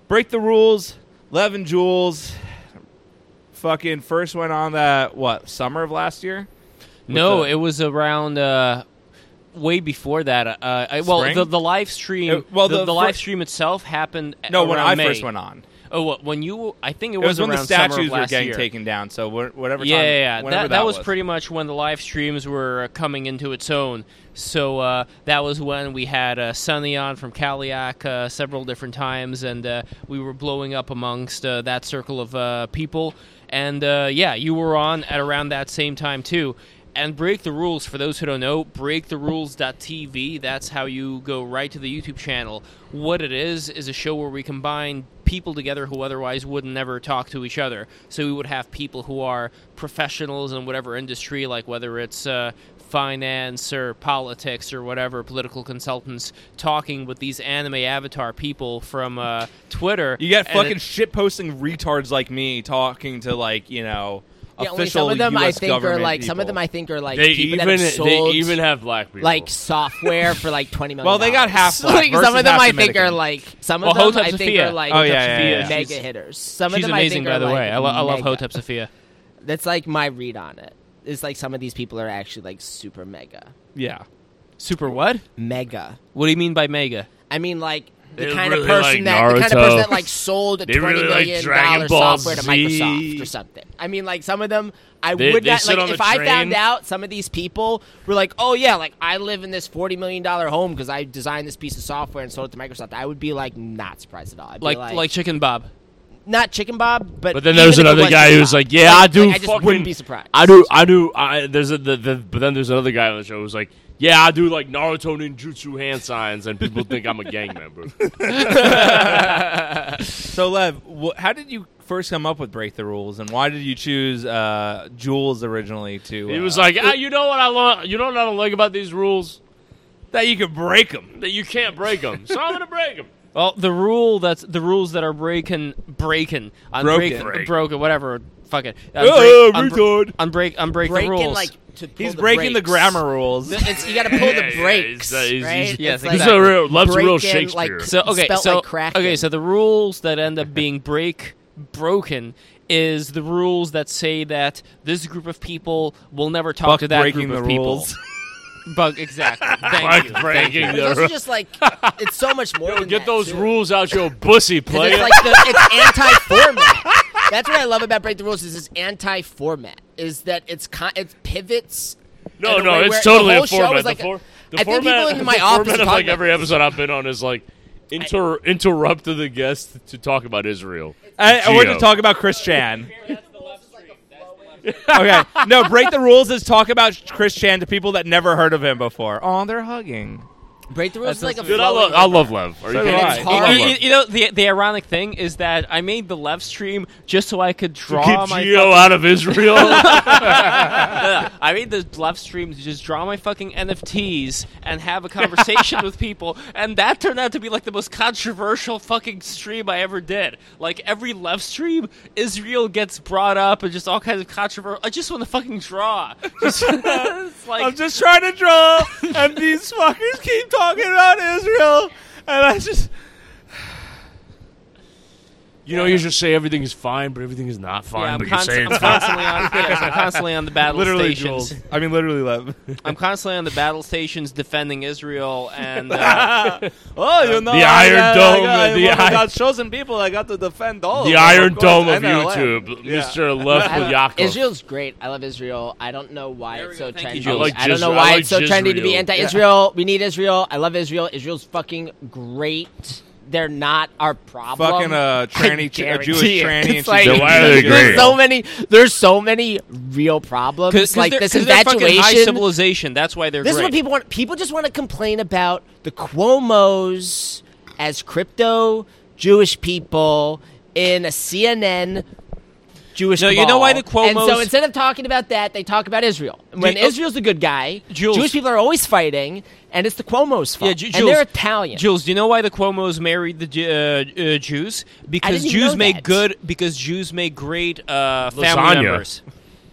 break the rules. Levin Jules fucking first went on that, what, summer of last year?
No,
the-
it was around uh, way before that. Uh, I, well,
Spring?
the, the live stream.
Uh, well,
the,
the
the live
fir-
stream itself happened.
No, when
around
I
May.
first went on.
Oh, well, when you? I think
It
it,
was, when
around
the
summer of
statues were
last
getting
year.
taken down. So wh- whatever time.
Yeah, yeah, yeah.
whenever
That,
that,
that, was, pretty much when the live streams were uh, coming into its own. So uh, that was when we had uh, Sunny on from Caliac uh, several different times, and uh, we were blowing up amongst uh, that circle of uh, people. And uh, yeah, you were on at around that same time too. And Break the Rules, for those who don't know, breaktherules.tv, that's how you go right to the YouTube channel. What it is, is a show where we combine people together who otherwise would never talk to each other. So we would have people who are professionals in whatever industry, like whether it's uh, finance or politics or whatever, political consultants, talking with these anime avatar people from uh, Twitter.
You get
And it-
fucking shit posting retards like me talking to, like, you know,
Yeah, only
official
some of them
US
I think are
government
like some of
people.
them I think are like
They
people
even
that have sold
they even have black people.
like software for like twenty million.
Well, they got half black
Like, some
versus
of them
half
I think are
Dominican.
like some
Well,
of them
Hotep
I think
Sophia.
are like
Oh, yeah, yeah, yeah.
mega
She's-
hitters. Some
She's
of them
amazing,
I
by
think
the
are
way.
like
I, lo- I love
mega.
Hotep Sophia.
That's like my read on it. It's like some of these people are actually like super mega.
Yeah.
Super what?
Mega.
What do you mean by mega?
I mean like the
They
kind
really
of person
like
that the kind of person
Naruto.
that like sold a
They really
twenty
like
million
Dragon
dollar
Ball
software to
Z.
Microsoft or something. I mean like some of them I
They-
would
they
not
sit
like
on
if
the
I found
train.
out some of these people were like, Oh yeah, like I live in this forty million dollar home because I designed this piece of software and sold it to Microsoft, I would be like not surprised at all. I'd be
Like,
like
like Chicken Bob.
not Chicken Bob, but
But then
even
there's
if it
another
was
guy
Chicken
who's
Bob,
like, "Yeah, I do."
like, I just
fucking-
wouldn't be surprised.
I do. I do. I, there's a, the, the but then there's another guy on the show who's like, "Yeah, I do like Naruto ninjutsu hand signs," and people think I'm a gang member.
So, Lev, wh- how did you first come up with Break the Rules, and why did you choose uh, Jules originally to.
He was
uh,
like, ah, "You know what I love? You know what I don't like about these rules
that you could break them.
that you can't break them, so I'm gonna break them."
Well, the rule that's the rules that are breaking, breaking,
Broken.
unbreak,
Break.
broken, whatever. Fuck it. Uh,
Oh,
break,
retard.
unbreak, unbreak, unbreak the
breaking
rules.
like to pull
He's
the
breaking the
brakes.
grammar rules.
The- it's- you got to pull
Yeah,
the
yeah,
brakes,
yeah, he's-
right?
he's-
It's
Yes,
like
This is
a real- love's a real
breaking,
Shakespeare.
Like,
so okay,
spelt
so
like cracking.
okay, so the rules that end up being break, broken is the rules that say that this group of people will never talk
Buck
to that
breaking
group of
the
people.
rules.
Bug exactly.
Fuck
Thank you.
breaking
But
the
it's also
ru-
just like it's so much more. than
Get
that,
those
too.
rules out your pussy,
'Cause
player.
It's like the, it's anti-format. That's what I love about break the rules is it's anti-format. Is that it's con- it pivots.
no,
in a
no,
way
it's
where
totally
the
a
whole show
format.
was
The
like a-
for- the
I think
format,
people in my
the
office
format of
talk
like
about
every episode I've been on is like inter- interrupt the guest to talk about Israel.
I, I want to
Geo.
talk about Chris Chan. okay, no, break the rules is talk about Chris Chan to people that never heard of him before. Oh, they're hugging.
Break the rules is like a
Dude, I
flowing
love, I love Lev. Are you
So
kidding
do
me?
I.
I
It's
love
hard.
You,
Lev.
you- you know the the ironic thing is that I made the left stream just so I could draw
Get
my
Geo out of Israel.
I made the left stream to just draw my fucking NFTs and have a conversation with people, and that turned out to be like the most controversial fucking stream I ever did. Like every left stream, Israel gets brought up and just all kinds of controversial. I just want to fucking draw. Just, it's like
I'm just trying to draw, and these fuckers keep talking about Israel, and I just
You know, you just say everything is fine, but everything is not fine.
yeah, I'm,
but
const-
you say
I'm
it's fine.
constantly on. Yes, I'm constantly on the battle
literally
stations.
Jules. I mean, literally love.
I'm constantly on the battle stations defending Israel and. Uh,
oh, you know,
The
I
Iron
got-
Dome,
I got,
the
I
Iron-
got chosen people. I got to defend all of
The
them,
Iron
course,
Dome of
and their land.
YouTube,
Yeah.
Mr. Left
I
with
don't-
Yaakov.
Israel's great. I love Israel. I don't know why
There we
it's so
go. Thank you,
trendy.
Jules.
I,
I like
don't
Jis-
know
I
why
like
it's so trendy to be
Jisrael.
anti-Israel. We need Israel. I love Israel. Israel's fucking great. They're not our problem.
Fucking
I
uh, tranny, ch- a
guarantee
Jewish
it.
tranny. and
It's
she's
like,
Then why are they
there's
great?
so many. There's so many real problems. like
they're-
this
they're fucking high
infatuation.
civilization. That's why they're
This
great.
is what people want. People just want to complain about the Cuomo's as crypto Jewish people in a CNN Jewish.
No, you know
cabal.
why the
And
Cuomo's-
so instead of talking about that, they talk about Israel. When
The-
Israel's the good guy,
Jules.
Jewish people are always fighting, and it's the Cuomo's fault.
Yeah, Ju-
and they're
Jules-
Italian.
Jules, do you know why the Cuomo's married the Ju- uh, uh, Jews? Because
even
Jews
know
make
that.
good. Because Jews make great uh, family
Lasagna.
members.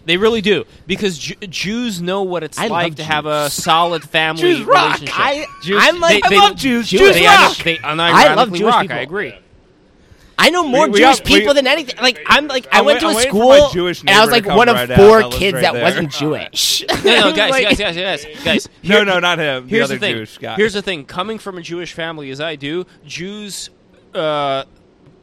They really do because Ju- Jews know what it's
I
like
love
to have a
Jews.
solid family
Jews rock.
relationship.
I- I'm like- I love Jews.
They,
Jews
they,
rock.
They,
I love
unironically
Jewish
rock,
people.
I agree.
I know more
we
Jewish
got- we-
people than anything. Like I'm like I
I'm
went
wait-
to
I'm
a
waiting for my
school
Jewish
and I was
neighbor
like
to come
one of
right out.
four
That lives
kids
right
that
there.
wasn't Jewish.
No, no, guys, guys, guys, guys, guys.
No,
Here-
no, not him. The
Here's
other
the thing.
Jewish guy.
Here's the thing. Coming from a Jewish family as I do, Jews, uh,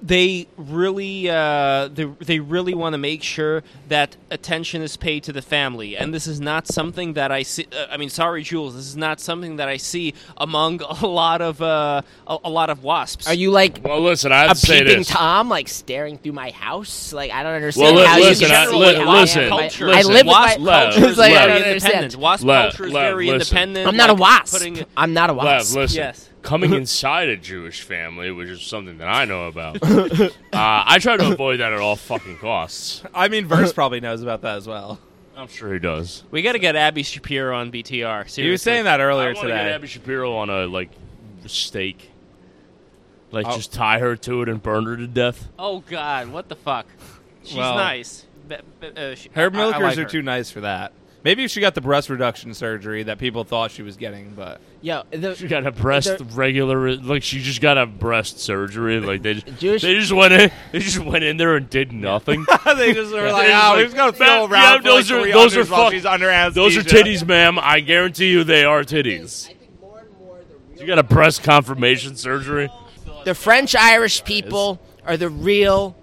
they really, uh, they, they really want to make sure that attention is paid to the family, and this is not something that I see. Uh, I mean, sorry, Jules, this is not something that I see among a lot of uh, a, a lot of wasps.
Are you like
Well, listen, I'd
a
say
peeping
this.
tom like staring through my house. Like I don't understand
Well, li-
how
listen,
you
I-
can
li-
see what I
listen,
am.
culture.
I, I
listen.
live
wasp
with my
Lev,
culture.
culture is
It's like, I
Lev.
don't
very independent.
understand.
Wasp
Lev,
culture is
Lev,
very
listen.
independent.
I'm not a
like,
wasp.
putting-
I'm not a
Lev,
wasp.
listen.
Yes.
Coming inside a Jewish family, which is something that I know about, uh, I try to avoid that at all fucking costs.
I mean, Verse probably knows about that as well.
I'm sure he does.
we got to get Abby Shapiro on BTR. Seriously.
You were saying that
I
earlier
want to get
today.
Abby Shapiro on a like stake, like
Oh.
just tie her to it and burn her to death.
Oh God, what the fuck? She's
Well-
nice. B- b- uh, she- I- I
Her milkers
like
are
her.
too nice for that. Maybe she got the breast reduction surgery that people thought she was getting, but
Yo,
She
the,
got a breast
They're-
regular, like she just got a breast surgery. Like they, just,
Jewish-
they just went in, they just went in there and did nothing.
they just were
like, "Oh, we just gotta feel around for, like, three others while she's
under
Those are titties, ma'am. I guarantee you, they are titties. You got a breast confirmation surgery.
the French Irish people are the real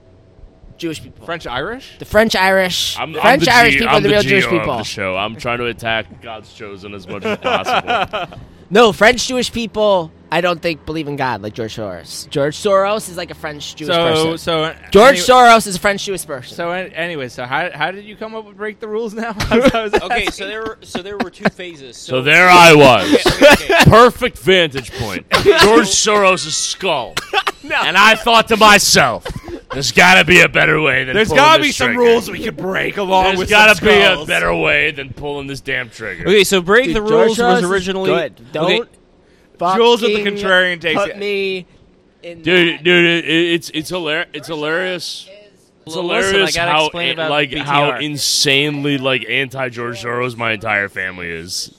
Jewish people.
French Irish.
the French Irish,
I'm, I'm
French
the
Irish
G-
people
I'm
are the real
G
Jewish
of the
people.
show. I'm trying to attack God's chosen as much as possible.
No, French Jewish people. I don't think believe in God like George Soros. George Soros is like a French Jewish
So,
person.
so uh,
George
anyway-
Soros is a French Jewish person.
So an- anyway, so how, how did you come up with break the rules now? I was
Okay,
asking.
so there were so there were two phases. So,
so there I was,
Okay, okay.
perfect vantage point, George Soros' skull, and I thought to myself, "There's got to be a better way than
there's
pulling
gotta
this
be some
trigger.
rules we could break along
There's
with.
gotta
some
be a
skulls.
better way than pulling this damn trigger."
Okay, so break
Dude,
the
George
rules
Soros
was
is
originally
good. Don't
Okay,
fucking
Jules with the contrarian takes
put
it.
me in
dude,
that-
dude, it, it- it's it's hilarious. It's hilarious. It's
Well, listen, I
hilarious
gotta
how
explain
it-
about
like how
BTR.
insanely like anti George Soros my entire family is.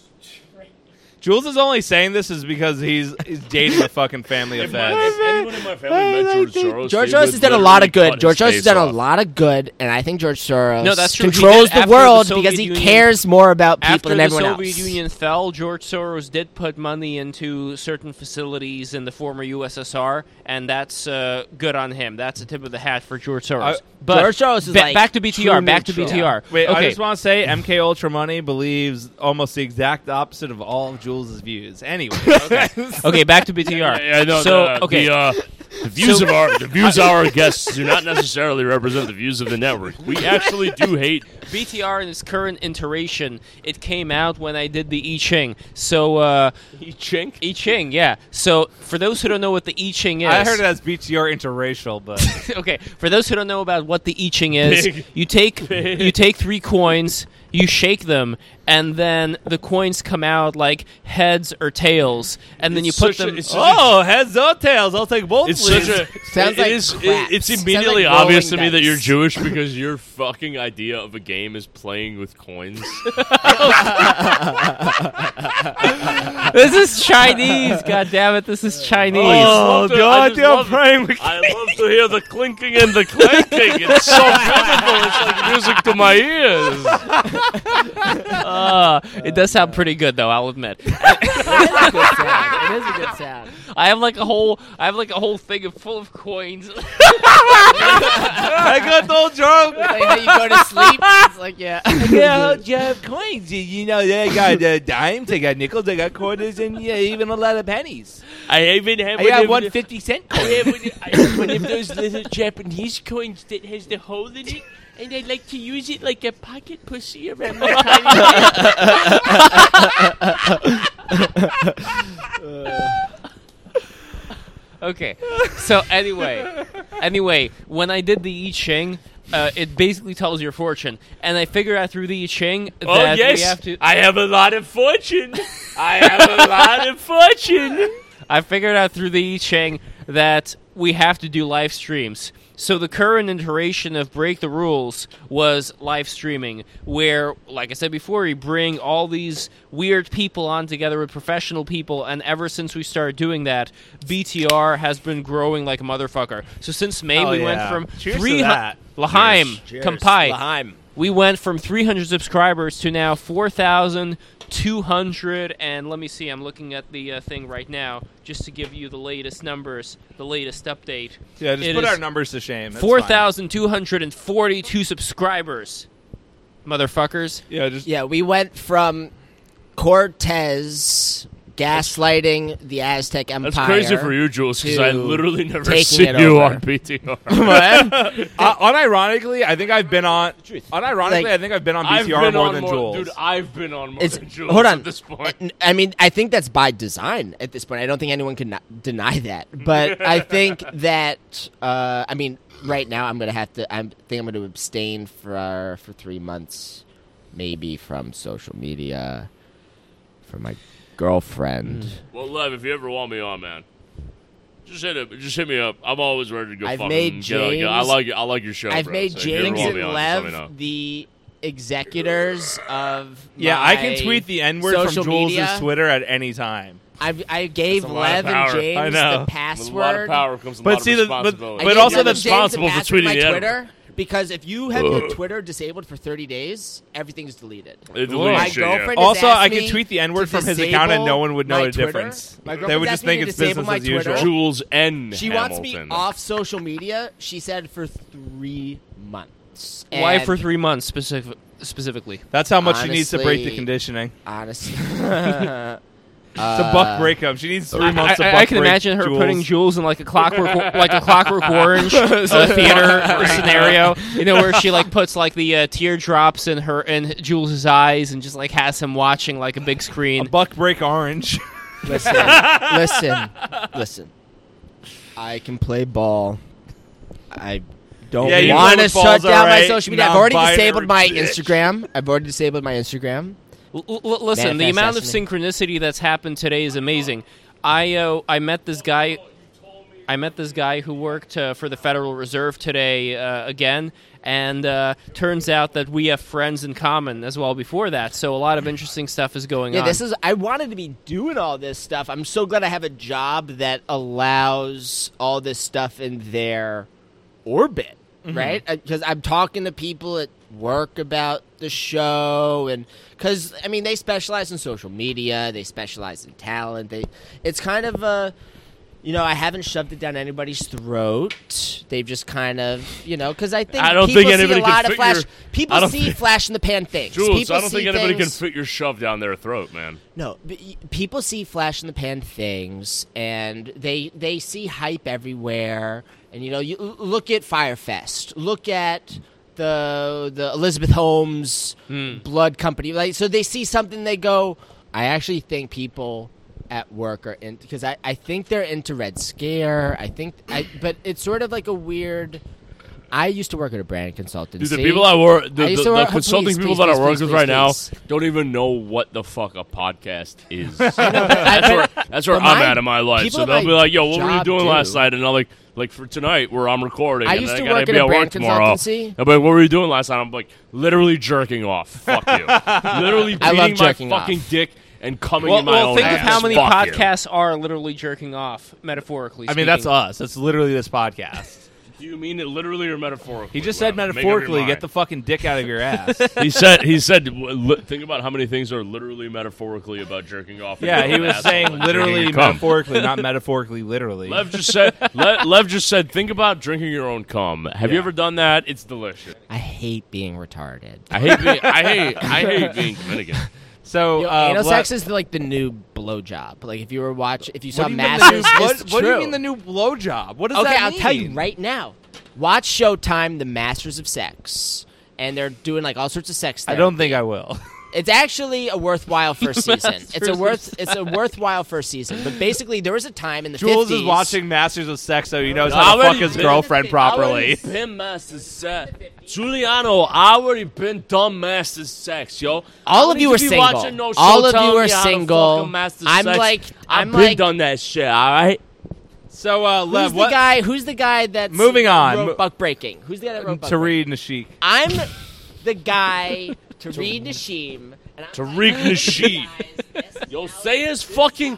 Jules is only saying this is because he's, he's dating the fucking family of feds.
anyone in my family met George Soros,
George Soros has done a lot of good. George Soros has done a lot of good, and I think George Soros
No, that's true. He
controls
did after
the
the
world
Soviet
because he
Union-
cares more about people
After
than
the
everyone
Soviet
else.
Union fell, George Soros did put money into certain facilities in the former USSR, and that's uh, good on him. That's a tip of the hat for George Soros.
I-
but
Uh, George Soros is
ba-
like
back to
true
BTR. Back to
neutral.
BTR.
Wait,
okay.
I just want to say MK Ultra Money believes almost the exact opposite of all of Jules' views. Anyway, okay.
okay, back to BTR.
Yeah, no,
so
the,
okay,
The, uh, the views
So-
of our the views of our guests do not necessarily represent the views of the network. We actually do hate.
BTR in its current iteration, it came out when I did the I Ching. So uh,
You chink.
I Ching, yeah. So for those who don't know what the I Ching is,
I heard it as BTR interracial, but
okay, for those who don't know about what the I Ching is,
Big.
you take you take three coins, you shake them, and then the coins come out like heads or tails, and then you
It's
put
such a-
them.
it's such
oh, heads or tails? I'll take both.
It's
please.
such a.
Oh, Sounds
it
like
is- it-
craps.
it's
Sounds
immediately
like rolling
obvious to me that
dice.
you're Jewish because your fucking idea of a game is playing with coins.
this is Chinese. God damn it! This is Chinese.
Oh,
Oh,
I just love
God,
to- I
you're
just
praying with
I love to hear the clinking and the clanking. It's so beautiful. It's like music to my ears.
Uh, it does sound pretty good, though. I'll admit.
It is a good sound. It is a good sound.
I have like a whole I have like a whole thing of full of coins.
I got no drunk.
Like how you go to sleep. It's like yeah.
yeah, you have coins. You- You know, they got uh, dimes, they got nickels, they got quarters, and yeah, even a lot of pennies.
I even have.
I got one fifty cent coin.
one of those little Japanese coins that has the hole in it, and I like to use it like a pocket pussy around my
okay. So anyway, anyway, when I did the I Ching, uh, it basically tells your fortune, and I figured out through the I Ching that
Oh
we
yes,
have to.
I have a lot of fortune. I have a lot of fortune.
I figured out through the I Ching that we have to do live streams. So the current iteration of Break the Rules was live streaming, where, like I said before, you bring all these weird people on together with professional people, and ever since we started doing that, BTR has been growing like a motherfucker. So since May,
Hell
we
Oh, yeah.
went from
Cheers to
three
that.
Laheim, Kampai,
Laheim.
we went from 300 subscribers to now 4,200. And let me see, I'm looking at the uh, thing right now just to give you the latest numbers, the latest update.
Yeah, just
It
put
is
our numbers to shame. That's fine.
4,242 subscribers. Motherfuckers.
Yeah, just
Yeah, we went from Cortez gaslighting the Aztec Empire.
That's crazy for you, Jules, because I
to
literally never
taking
see
it
you
over.
on PTR.
uh, unironically, I think I've been on. Unironically,
Like,
I think I've been on BTR
I've been
more
on
than
more,
Jules.
dude. I've been on more
It's,
than Jules
hold on.
at this point.
I mean, I think that's by design at this point. I don't think anyone can not- deny that. But I think that uh, I mean, right now I'm gonna have to. I think I'm gonna abstain for uh, for three months, maybe from social media, from my girlfriend.
Mm.
Well, Lev, if you ever want me on, man, just hit up. Just hit me up. I'm always ready to go.
I've
fucking
made
get on- get- I
James-
like. I like your show.
I've
bro,
made
so if you ever
James
want me
and
on, just let me know.
Lev the executors of
yeah, I can
my
tweet the N word from
social
Jules'
media.
Twitter at any time.
I, I gave
That's a lot of
Lev and
power. I
James
know.
the
With
password.
a lot of power comes a
But
lot
see,
of
the- but-
responsibility.
I
but
gave
also
Lev
the
and James the
responsible for
password to
tweeting the
my
N
Twitter because if you have your Twitter disabled for 30 days, everything's deleted.
It deletes
my
shit, yeah. Oh,
girlfriend has
Also, I
asked
could
me
tweet the N
to
word from his account and
disable
no one would know
my
the
Twitter.
difference.
My
They would
girlfriend's
just
asked me
think
to
it's
disable
business
my
as usual.
Twitter.
Jules N.
She wants me
Hamilton.
off social media. She said for three months.
Why
And
for three months specific- specifically?
That's how much she needs to break the
Honestly, uh,
conditioning.
Honestly, it's
It's a buck breakup. She needs three months.
I,
of
I-
buck
I can
break,
imagine her
Jules.
putting Jules in like a clockwork, like a clockwork orange uh, theater scenario. You know where she like puts like the uh, teardrops in her in Jules's eyes and just like has him watching like a big
a
screen.
buck break orange.
Listen, listen, listen. I can play ball. I don't
Yeah, you
want
play
to
with balls,
shut down my
alright,
social media. I've
non-binary
already disabled my
bitch.
Instagram. I've already disabled my Instagram.
L- l- listen, the
Manifest
amount of
destiny.
synchronicity that's happened today is amazing. I uh, I met this guy.
You told me
I met this guy who worked uh, for the Federal Reserve today uh, again, and uh, turns out that we have friends in common as well before that. So a lot of interesting stuff is going
Yeah,
on.
this is. I wanted to be doing all this stuff. I'm so glad I have a job that allows all this stuff in their orbit,
Mm-hmm.
right? Because I'm talking to people at work about the show, and because I mean, they specialize in social media, they specialize in talent. They, it's kind of a. You know, I haven't shoved it down anybody's throat. They've just kind of, you know, because I think
I don't
people
think
see
anybody
a
can
lot
fit
of flash.
your- I
people
don't
see
think-
flash in the pan things.
Jules,
people
I don't
see
think anybody can
things-
fit your shove down their throat, man.
no, but y- people see flash in the pan things, and they they see hype everywhere. And you know, you l- look at Firefest, look at the the Elizabeth Holmes
Hmm.
Blood Company. Like, so they see something, they go. I actually think people at work are in because I, I think they're into Red Scare. I think, I, but it's sort of like a weird. I used to work at a brand consultancy.
Dude, the people I work, the,
I used
the,
to
the
work-
consulting
please,
people
please,
that I
please,
work
please,
with
please,
right
please.
now don't even know what the fuck a podcast is. that's where, that's where
but
I'm
my-
at in my life.
people
So
at
they'll
my
be like, "Yo, what were you
job
doing
do.
last night?" And I'll like, like for tonight where I'm recording.
I
and
used to
then I gotta
work
be
at a
at work
brand
tomorrow.
consultancy.
I'll be like, "What were you doing last night?" I'm like, literally jerking off. Fuck you. literally
I love
beating my
jerking off.
fucking dick and coming
well,
in my
well,
own
think of
ass.
how many
Fuck you.
podcasts are literally jerking off, metaphorically.
I mean, that's
speaking.
us. That's literally this podcast.
Do you mean it literally or metaphorically?
He just said
Whatever. Make up your
metaphorically,
mind.
get the fucking dick out of your ass.
he said he said w- li- think about how many things are literally metaphorically about jerking off. and
yeah,
being
he
an
was
asshole
saying
and
literally
drinking your cum.
metaphorically, not metaphorically literally.
Lev just said Le- Lev just said think about drinking your own cum. Have you
Yeah.
ever done that? It's delicious.
I hate being retarded.
I hate being, I hate I hate being Dominican.
So,
Yo,
uh,
anal
Le-
sex is like the new blowjob. Like if you were watch, if you
what
saw
do you mean the
Masters,
new-
it's
what, what do you
true.
mean the new blowjob? What does
Okay,
that
I'll
mean?
tell you right now. Watch Showtime, The Masters of Sex, and they're doing like all sorts of sex.
I
Therapy.
don't think I will.
It's actually a worthwhile first season. It's
Masters
a
of
worth. It's a worthwhile first season. But basically, there was a time in the
Jules
50s,
is watching Masters of Sex, so he knows how to fuck
Already
his
been-
girlfriend
already
properly.
been master sex. Giuliano, I already been done master sex, yo.
All
I
of
need
you are
to be
single.
watching no show
All of
telling
you are
me how to
single.
fucking master
I'm
sex.
like-
I've
I'm
been
like-
done that shit. All right.
So, uh,
Who's
Lev,
the
what
guy? Who's the guy that's
Moving on. Mo-
Wrote buck breaking. Who's the guy that wrote buck
to
breaking?
read Nashik?
I'm the guy to read Nashim. And I'm
Tariq
like,
Nasheem.
guys, this
Yo,
is
say
how
his
it is.
fucking.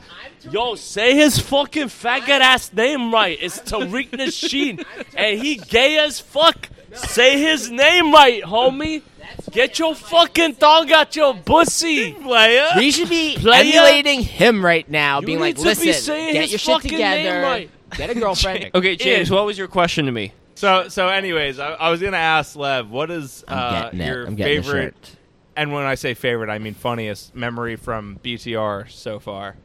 I'm
Yo,
Tariq.
say his fucking faggot ass name right. It's Tariq Nasheed, and he gay as fuck. Say his name right, homie. Get your fucking tongue out your pussy, player.
We should be
Playa.
emulating him right now,
You
being
need
like,
to be
"Listen,
saying
get
his
your shit
fucking name
together,
right."
get a girlfriend."
Okay, James, what was your question to me?
So, so, anyways, I, I was gonna ask Lev, what is uh, your favorite? And when I say favorite, I mean funniest memory from BTR so far.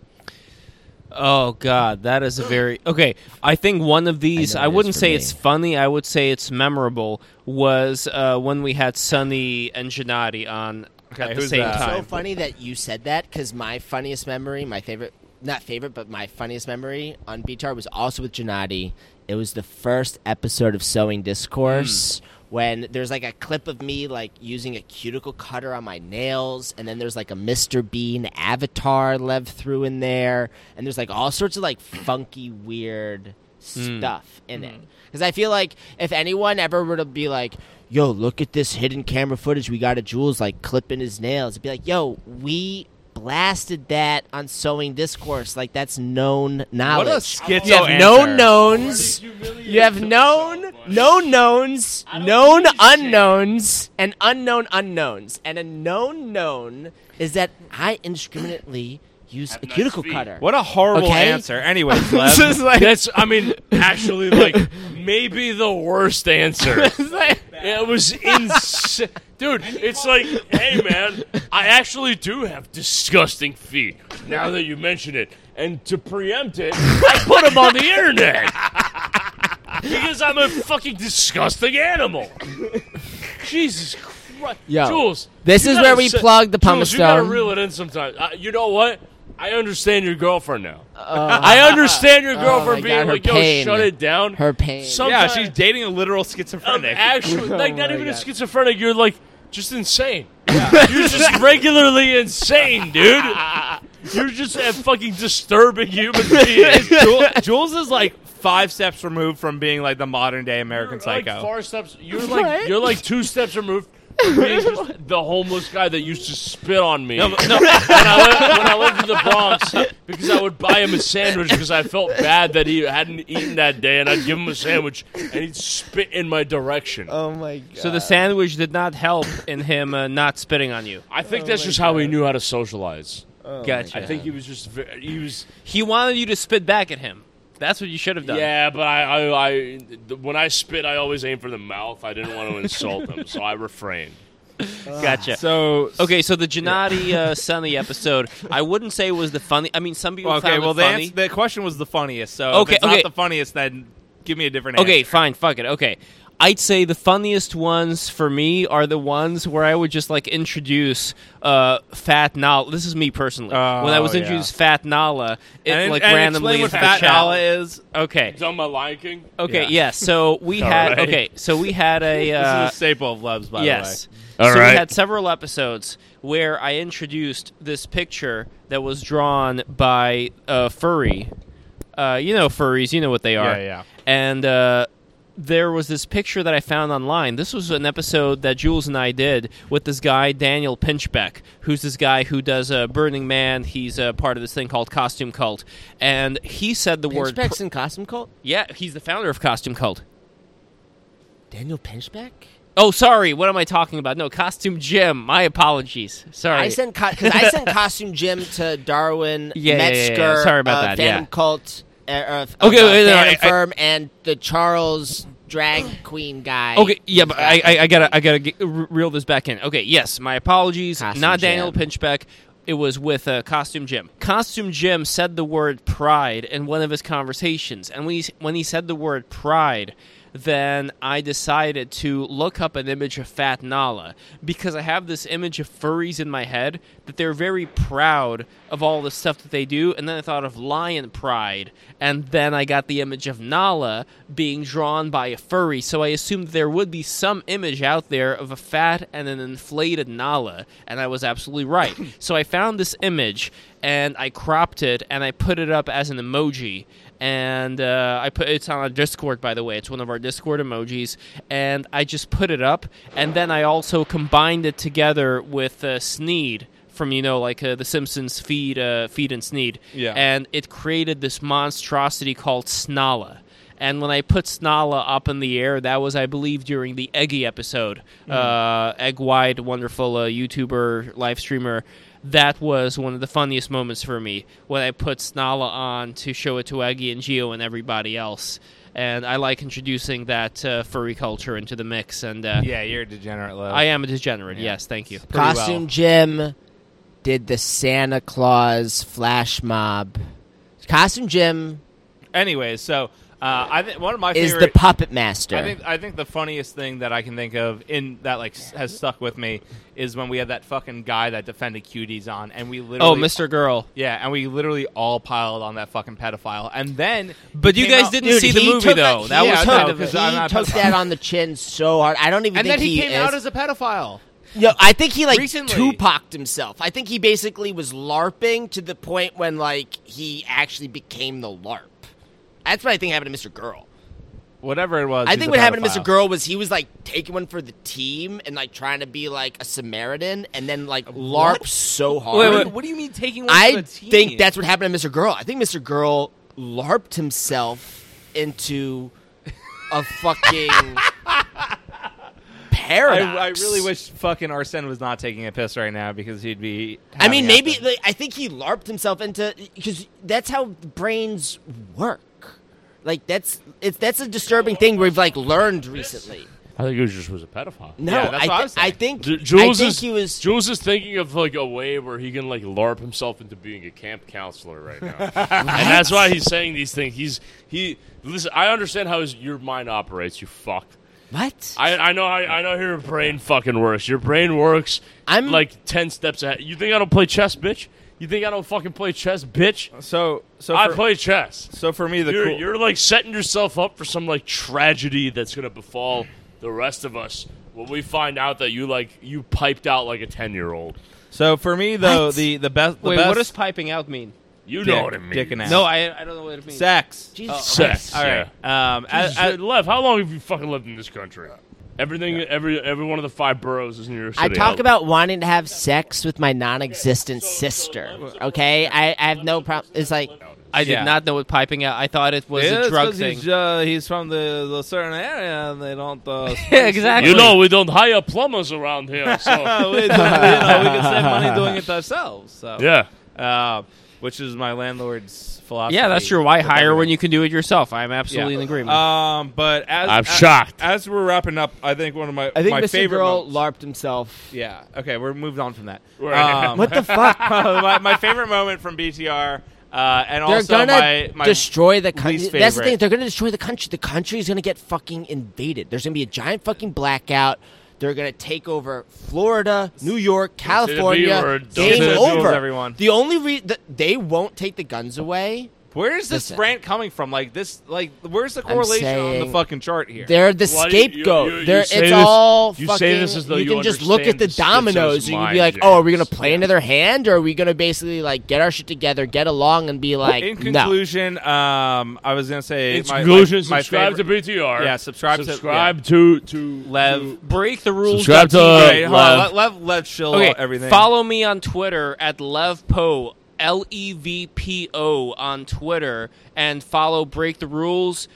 Oh God, that is a very okay. I think one of these
know
I,
it is
wouldn't
for
say
me.
it's funny. I would say it's memorable. Was uh, when we had Sunny and Gennady on
Okay,
at the
who's
same
that?
So
time.
funny that you said that because my funniest memory, my favorite, not favorite, but my funniest memory on BTR was also with Janati. It was the first episode of Sewing Discourse. When there's like a clip of me like using a cuticle cutter on my nails, and then there's like a Mr. Bean avatar Lev threw in there, and there's like all sorts of like funky, weird stuff in it. Because I feel like if anyone ever were to be like, yo, look at this hidden camera footage we got of Jules like clipping his nails, it'd be like, yo, we blasted that on Sewing Discourse. Like, that's known knowledge.
What a schizo
you have no
answer.
knowns. You have known, no knowns, known unknowns, and unknown unknowns. And a known known is that I indiscriminately use a
nice
cuticle
feet.
cutter.
What a horrible
Okay.
answer. Anyways, Lev,
That's, I mean, actually, like, maybe the worst answer. It was insane. Dude, it's like, hey, man, I actually do have disgusting feet now that you mention it. And to preempt it, I put them on the internet. Because I'm a fucking disgusting animal. Jesus Christ.
Yo,
Jules.
this
you
is
gotta
where we
se-
plug the pumice
Jules, you gotta
stone.
reel it in sometimes. Uh, you know what? I understand your girlfriend now. I understand your girlfriend
Oh. my
being
God, her
like, yo,
pain.
shut it down.
Her pain.
yeah,
Sometimes-
she's dating a literal
I'm
schizophrenic.
actually like not
my
even a
God.
schizophrenic. You're like just insane. You're just regularly insane, dude. You're just a fucking disturbing human being.
Jul- Jules is like five steps removed from being like the modern day American
You're,
Psycho.
Like four steps. You're like you're like two steps removed. from being just the homeless guy that used to spit on me when, I lived, when I lived in the Bronx because I would buy him a sandwich because I felt bad that he hadn't eaten that day and I'd give him a sandwich and he'd spit in my direction.
Oh my god.
So the sandwich did not help in him uh, not spitting on you.
I think that's just how he knew how to socialize.
Gotcha.
I think he was just ve- he was
He wanted you to spit back at him. That's what you should have done.
yeah, but I, I, I th- when I spit, I always aim for the mouth. I didn't want to insult him, so I refrained.
Gotcha.
so
Okay, so the Gennady uh, Sunny episode, I wouldn't say was the funny. I mean, some people
okay,
found
well
it
the,
funny.
ans- the question was the funniest. So
Okay,
if it's
okay.
not the funniest, then give me a different
Okay,
answer.
fine, fuck it. Okay. I'd say the funniest ones for me are the ones where I would just like introduce uh, Fat Nala. This is me personally. when I was
Oh, yeah.
introduced Fat Nala, it
And,
like
and explain
randomly
what
in
fat
chat-
Nala is.
Okay,
Done my Lion King.
Oh.
okay,
Yeah.
yeah. so we
All
had
right.
okay, so we had a uh,
this is a staple of Loves, by
yes.
All
so
right.
we had several episodes where I introduced this picture that was drawn by uh, furry. Uh, you know furries, you know what they
the
are.
way. Yeah,
And uh, there was this picture that I found online. This was an episode that Jules and I did with this guy, Daniel Pinchbeck, who's this guy who does uh, Burning Man. He's uh, part of this thing called Costume Cult. And he said the word.
Pinchback's in costume cult?
yeah, he's the founder of Costume Cult.
Daniel Pinchback?
Oh, sorry. What am I talking about? No, Costume Jim. My apologies. Sorry.
I sent because I sent costume Jim to Darwin
Yeah, yeah, yeah, yeah.
Metzger.
Sorry about
uh,
that,
Phantom
yeah.
Cult. Uh, uh,
Okay,
uh,
wait, no,
Phantom
I- I-
Firm and the Charles drag queen guy.
Okay, yeah, but I, I, I gotta, I gotta get, re- reel this back in. Okay, yes, my apologies.
Costume
not Daniel
Jim.
Pinchbeck. It was with uh, Costume Jim. Costume Jim said the word pride in one of his conversations, and when he, s- when he said the word pride, then I decided to look up an image of Fat Nala because I have this image of furries in my head that they're very proud of all the stuff that they do, and then I thought of lion pride, and then I got the image of Nala being drawn by a furry, so I assumed there would be some image out there of a fat and an inflated Nala, and I was absolutely right. so I found this image and I cropped it and I put it up as an emoji. And uh, I put it's on our Discord, by the way. It's one of our Discord emojis, and I just put it up, and then I also combined it together with uh, Sneed from you know like uh, the Simpsons feed, uh, feed and Sneed,
Yeah.
and it created this monstrosity called Snala. And when I put Snala up in the air, that was, I believe, during the Eggy episode. Uh, Egg White, wonderful uh, YouTuber, live streamer. That was one of the funniest moments for me when I put Snala on to show it to Eggy and Geo and everybody else. And I like introducing that uh, furry culture into the mix. And uh,
yeah, you're a degenerate. Love.
I am a degenerate. Yes, thank you. Oh,
pretty
costume
well.
Jim did the Santa Claus flash mob. Costume Jim
Anyway, so uh, I think one of my
is
favorite
the puppet master.
I think I think the funniest thing that I can think of in that like s- has stuck with me is when we had that fucking guy that defended cuties on, and we literally
Oh, Mr. Girl.
yeah, and we literally all piled on that fucking pedophile, and then
But you
came
guys
out-
didn't
Dude,
see the
he
movie,
took
though.
That,
that
he
was
took,
kind of.
because
he
I'm not a
took
pedophile.
that on the chin so hard. I don't even
and
think
then he, came
is.
out as a pedophile.
No, I think he like
Recently.
Tupac'd himself. I think he basically was LARPing to the point when like he actually became the LARP. That's what I think happened to Mr. Girl.
Whatever it was,
I
he's
think
a
what happened to Mr.
pedophile.
Girl was he was like taking one for the team and like trying to be like a Samaritan and then like LARP so hard.
Wait, wait, what do you mean taking? One for
I
the team?
think that's what happened to Mr. Girl. I think Mr. Girl LARPed himself into a fucking
I,
paradox.
I really wish fucking Arsene was not taking a piss right now because he'd be.
I mean,
having
maybe
it.
like, I think he larped himself into because that's how brains work. Like that's it's that's a disturbing thing we've like learned recently.
I think it just was a pedophile.
No,
Yeah, that's
I,
what I
thi-
was saying.
I think
Ju- Jules
I think
is,
he was.
Jules is thinking of like a way where he can like LARP himself into being a camp counselor right now, and that's why he's saying these things. He's he listen. I understand how his, your mind operates. You fuck.
what?
I, I know. I, I know how your brain fucking works. Your brain works.
I'm-
like ten steps ahead. You think I don't play chess, bitch? You think I don't fucking play chess, bitch?
so. So
I
for,
play chess.
So for me, the
you're,
cool.
you're like setting yourself up for some like tragedy that's gonna befall the rest of us when we find out that you like you piped out like a ten year old.
so for me, though,
What?
the the best. The
Wait,
best,
what does piping out mean?
You
Dick-
know what I mean.
dick and ass.
No, I, I don't know what it means.
Sex.
Jesus
Sex.
Christ.
All right. Um, as,
Jesus,
as-
you left. How long have you fucking lived in this country? Everything, every every one of the five boroughs is New York
I
City.
talk about wanting to have sex with my non-existent sister. Okay, I, I have no problem. It's like
I did
Yeah.
not know what piping out. I thought it was
Yeah,
a
it's
drug
'cause
thing.
He's, uh, he's from the, the certain area, and they don't. Uh,
Yeah, exactly.
You know, we don't hire plumbers around here. So
we, don't- you know, we can save money doing it ourselves. So
yeah,
uh, which is my landlord's philosophy.
yeah, that's your why hire when you can do it yourself. I'm absolutely
Yeah.
in agreement.
Um, but as
I'm
a-
shocked.
As we're wrapping up, I think one of my
I think
my
Mr.
favorite
Girl
moments-
larped himself.
Yeah. Okay, we're moved on from that.
Right.
Um,
What the fuck?
my, my favorite moment from BTR, uh, and
They're
also
gonna
my, my
destroy the country.
least
That's the thing.
favorite.
They're gonna destroy the country. The country's gonna get fucking invaded. There's gonna be a giant fucking blackout. They're gonna take over Florida, New York,
the B
California.
word. Don't
Game
say the B word,
over.
everyone.
The only re- th- they won't take the guns away.
Where is this
Listen.
rant coming from? Like this, like where's the correlation on the
saying-
fucking chart here?
They're the
Why do you-
scapegoat.
you- you
They're, it's
say this-
all
you
fucking.
say this as though you
can just look at
understand
the
the schizo's
dominoes. You can be
mind,
like, "Oh, are we gonna
James."
play another hand, or are we gonna basically like get our shit together, get along, and be like,
in
no,
conclusion, um, I was gonna say
in
my- my-
conclusion,
my
subscribe
favorite-
to BTR.
Yeah, subscribe to-
subscribe to to
Lev.
Break the rules.
Subscribe to,
TV.
uh,
Wait, hold on.
Lev.
Let, Lev, Lev chill
okay,
out everything.
Follow me on Twitter at levpo l e v p o on Twitter and follow Break the Rules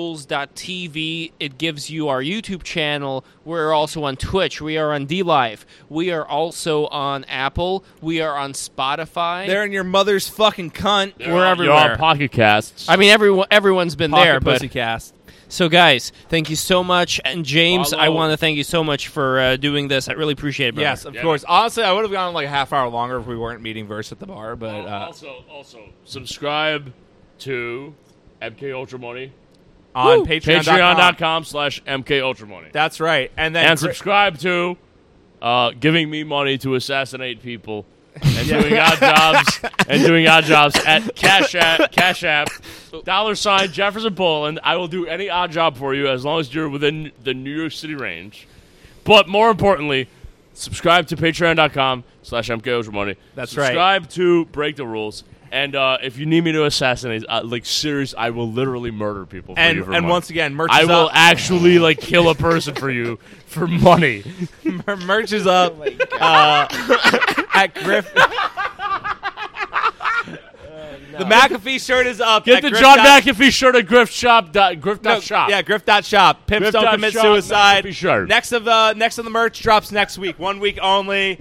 breaktherules.tv it gives you our YouTube channel we're also on Twitch we are on DLive we are also on Apple we are on Spotify
They're in your mother's fucking cunt.
You're
we're
on- You're
everywhere.
on Pocket Casts.
I mean everyone everyone's been
Pocket
there but
pussycast.
so guys thank you so much and James I
Follow.
want to thank you so much for uh, doing this I really appreciate it brother.
Yes, of
Yeah.
course. Honestly, I would have gone like a half hour longer if we weren't meeting Verse at the bar, but uh,
also, also subscribe to MK Ultra Money.
on Patreon.com.
Patreon.com slash MK Ultra Money.
That's right. And then
and
Gre-
subscribe to uh, giving me money to assassinate people and doing odd jobs and doing odd jobs at Cash App, Cash App, dollar sign Jefferson Poland. I will do any odd job for you as long as you're within the New York City range. But more importantly, subscribe to patreon.com slash mkultramoney.
That's right.
subscribe to Break the Rules. And uh, if you need me to assassinate, uh, like serious, I will literally murder people. For
and,
you for
and
money.
once again, merch
I
is
will
up.
actually like kill a person for you for money.
merch is up uh, at Griff. The McAfee shirt is up.
Get
at
the
Griff
John
dot-
McAfee shirt at Griff Shop. Dot, Griff
No,
dot shop.
Yeah, Griff dot shop. Pips
Griff
don't
dot
commit
shop,
suicide.
McAfee shirt.
Next of uh, next of the merch drops next week. One week only.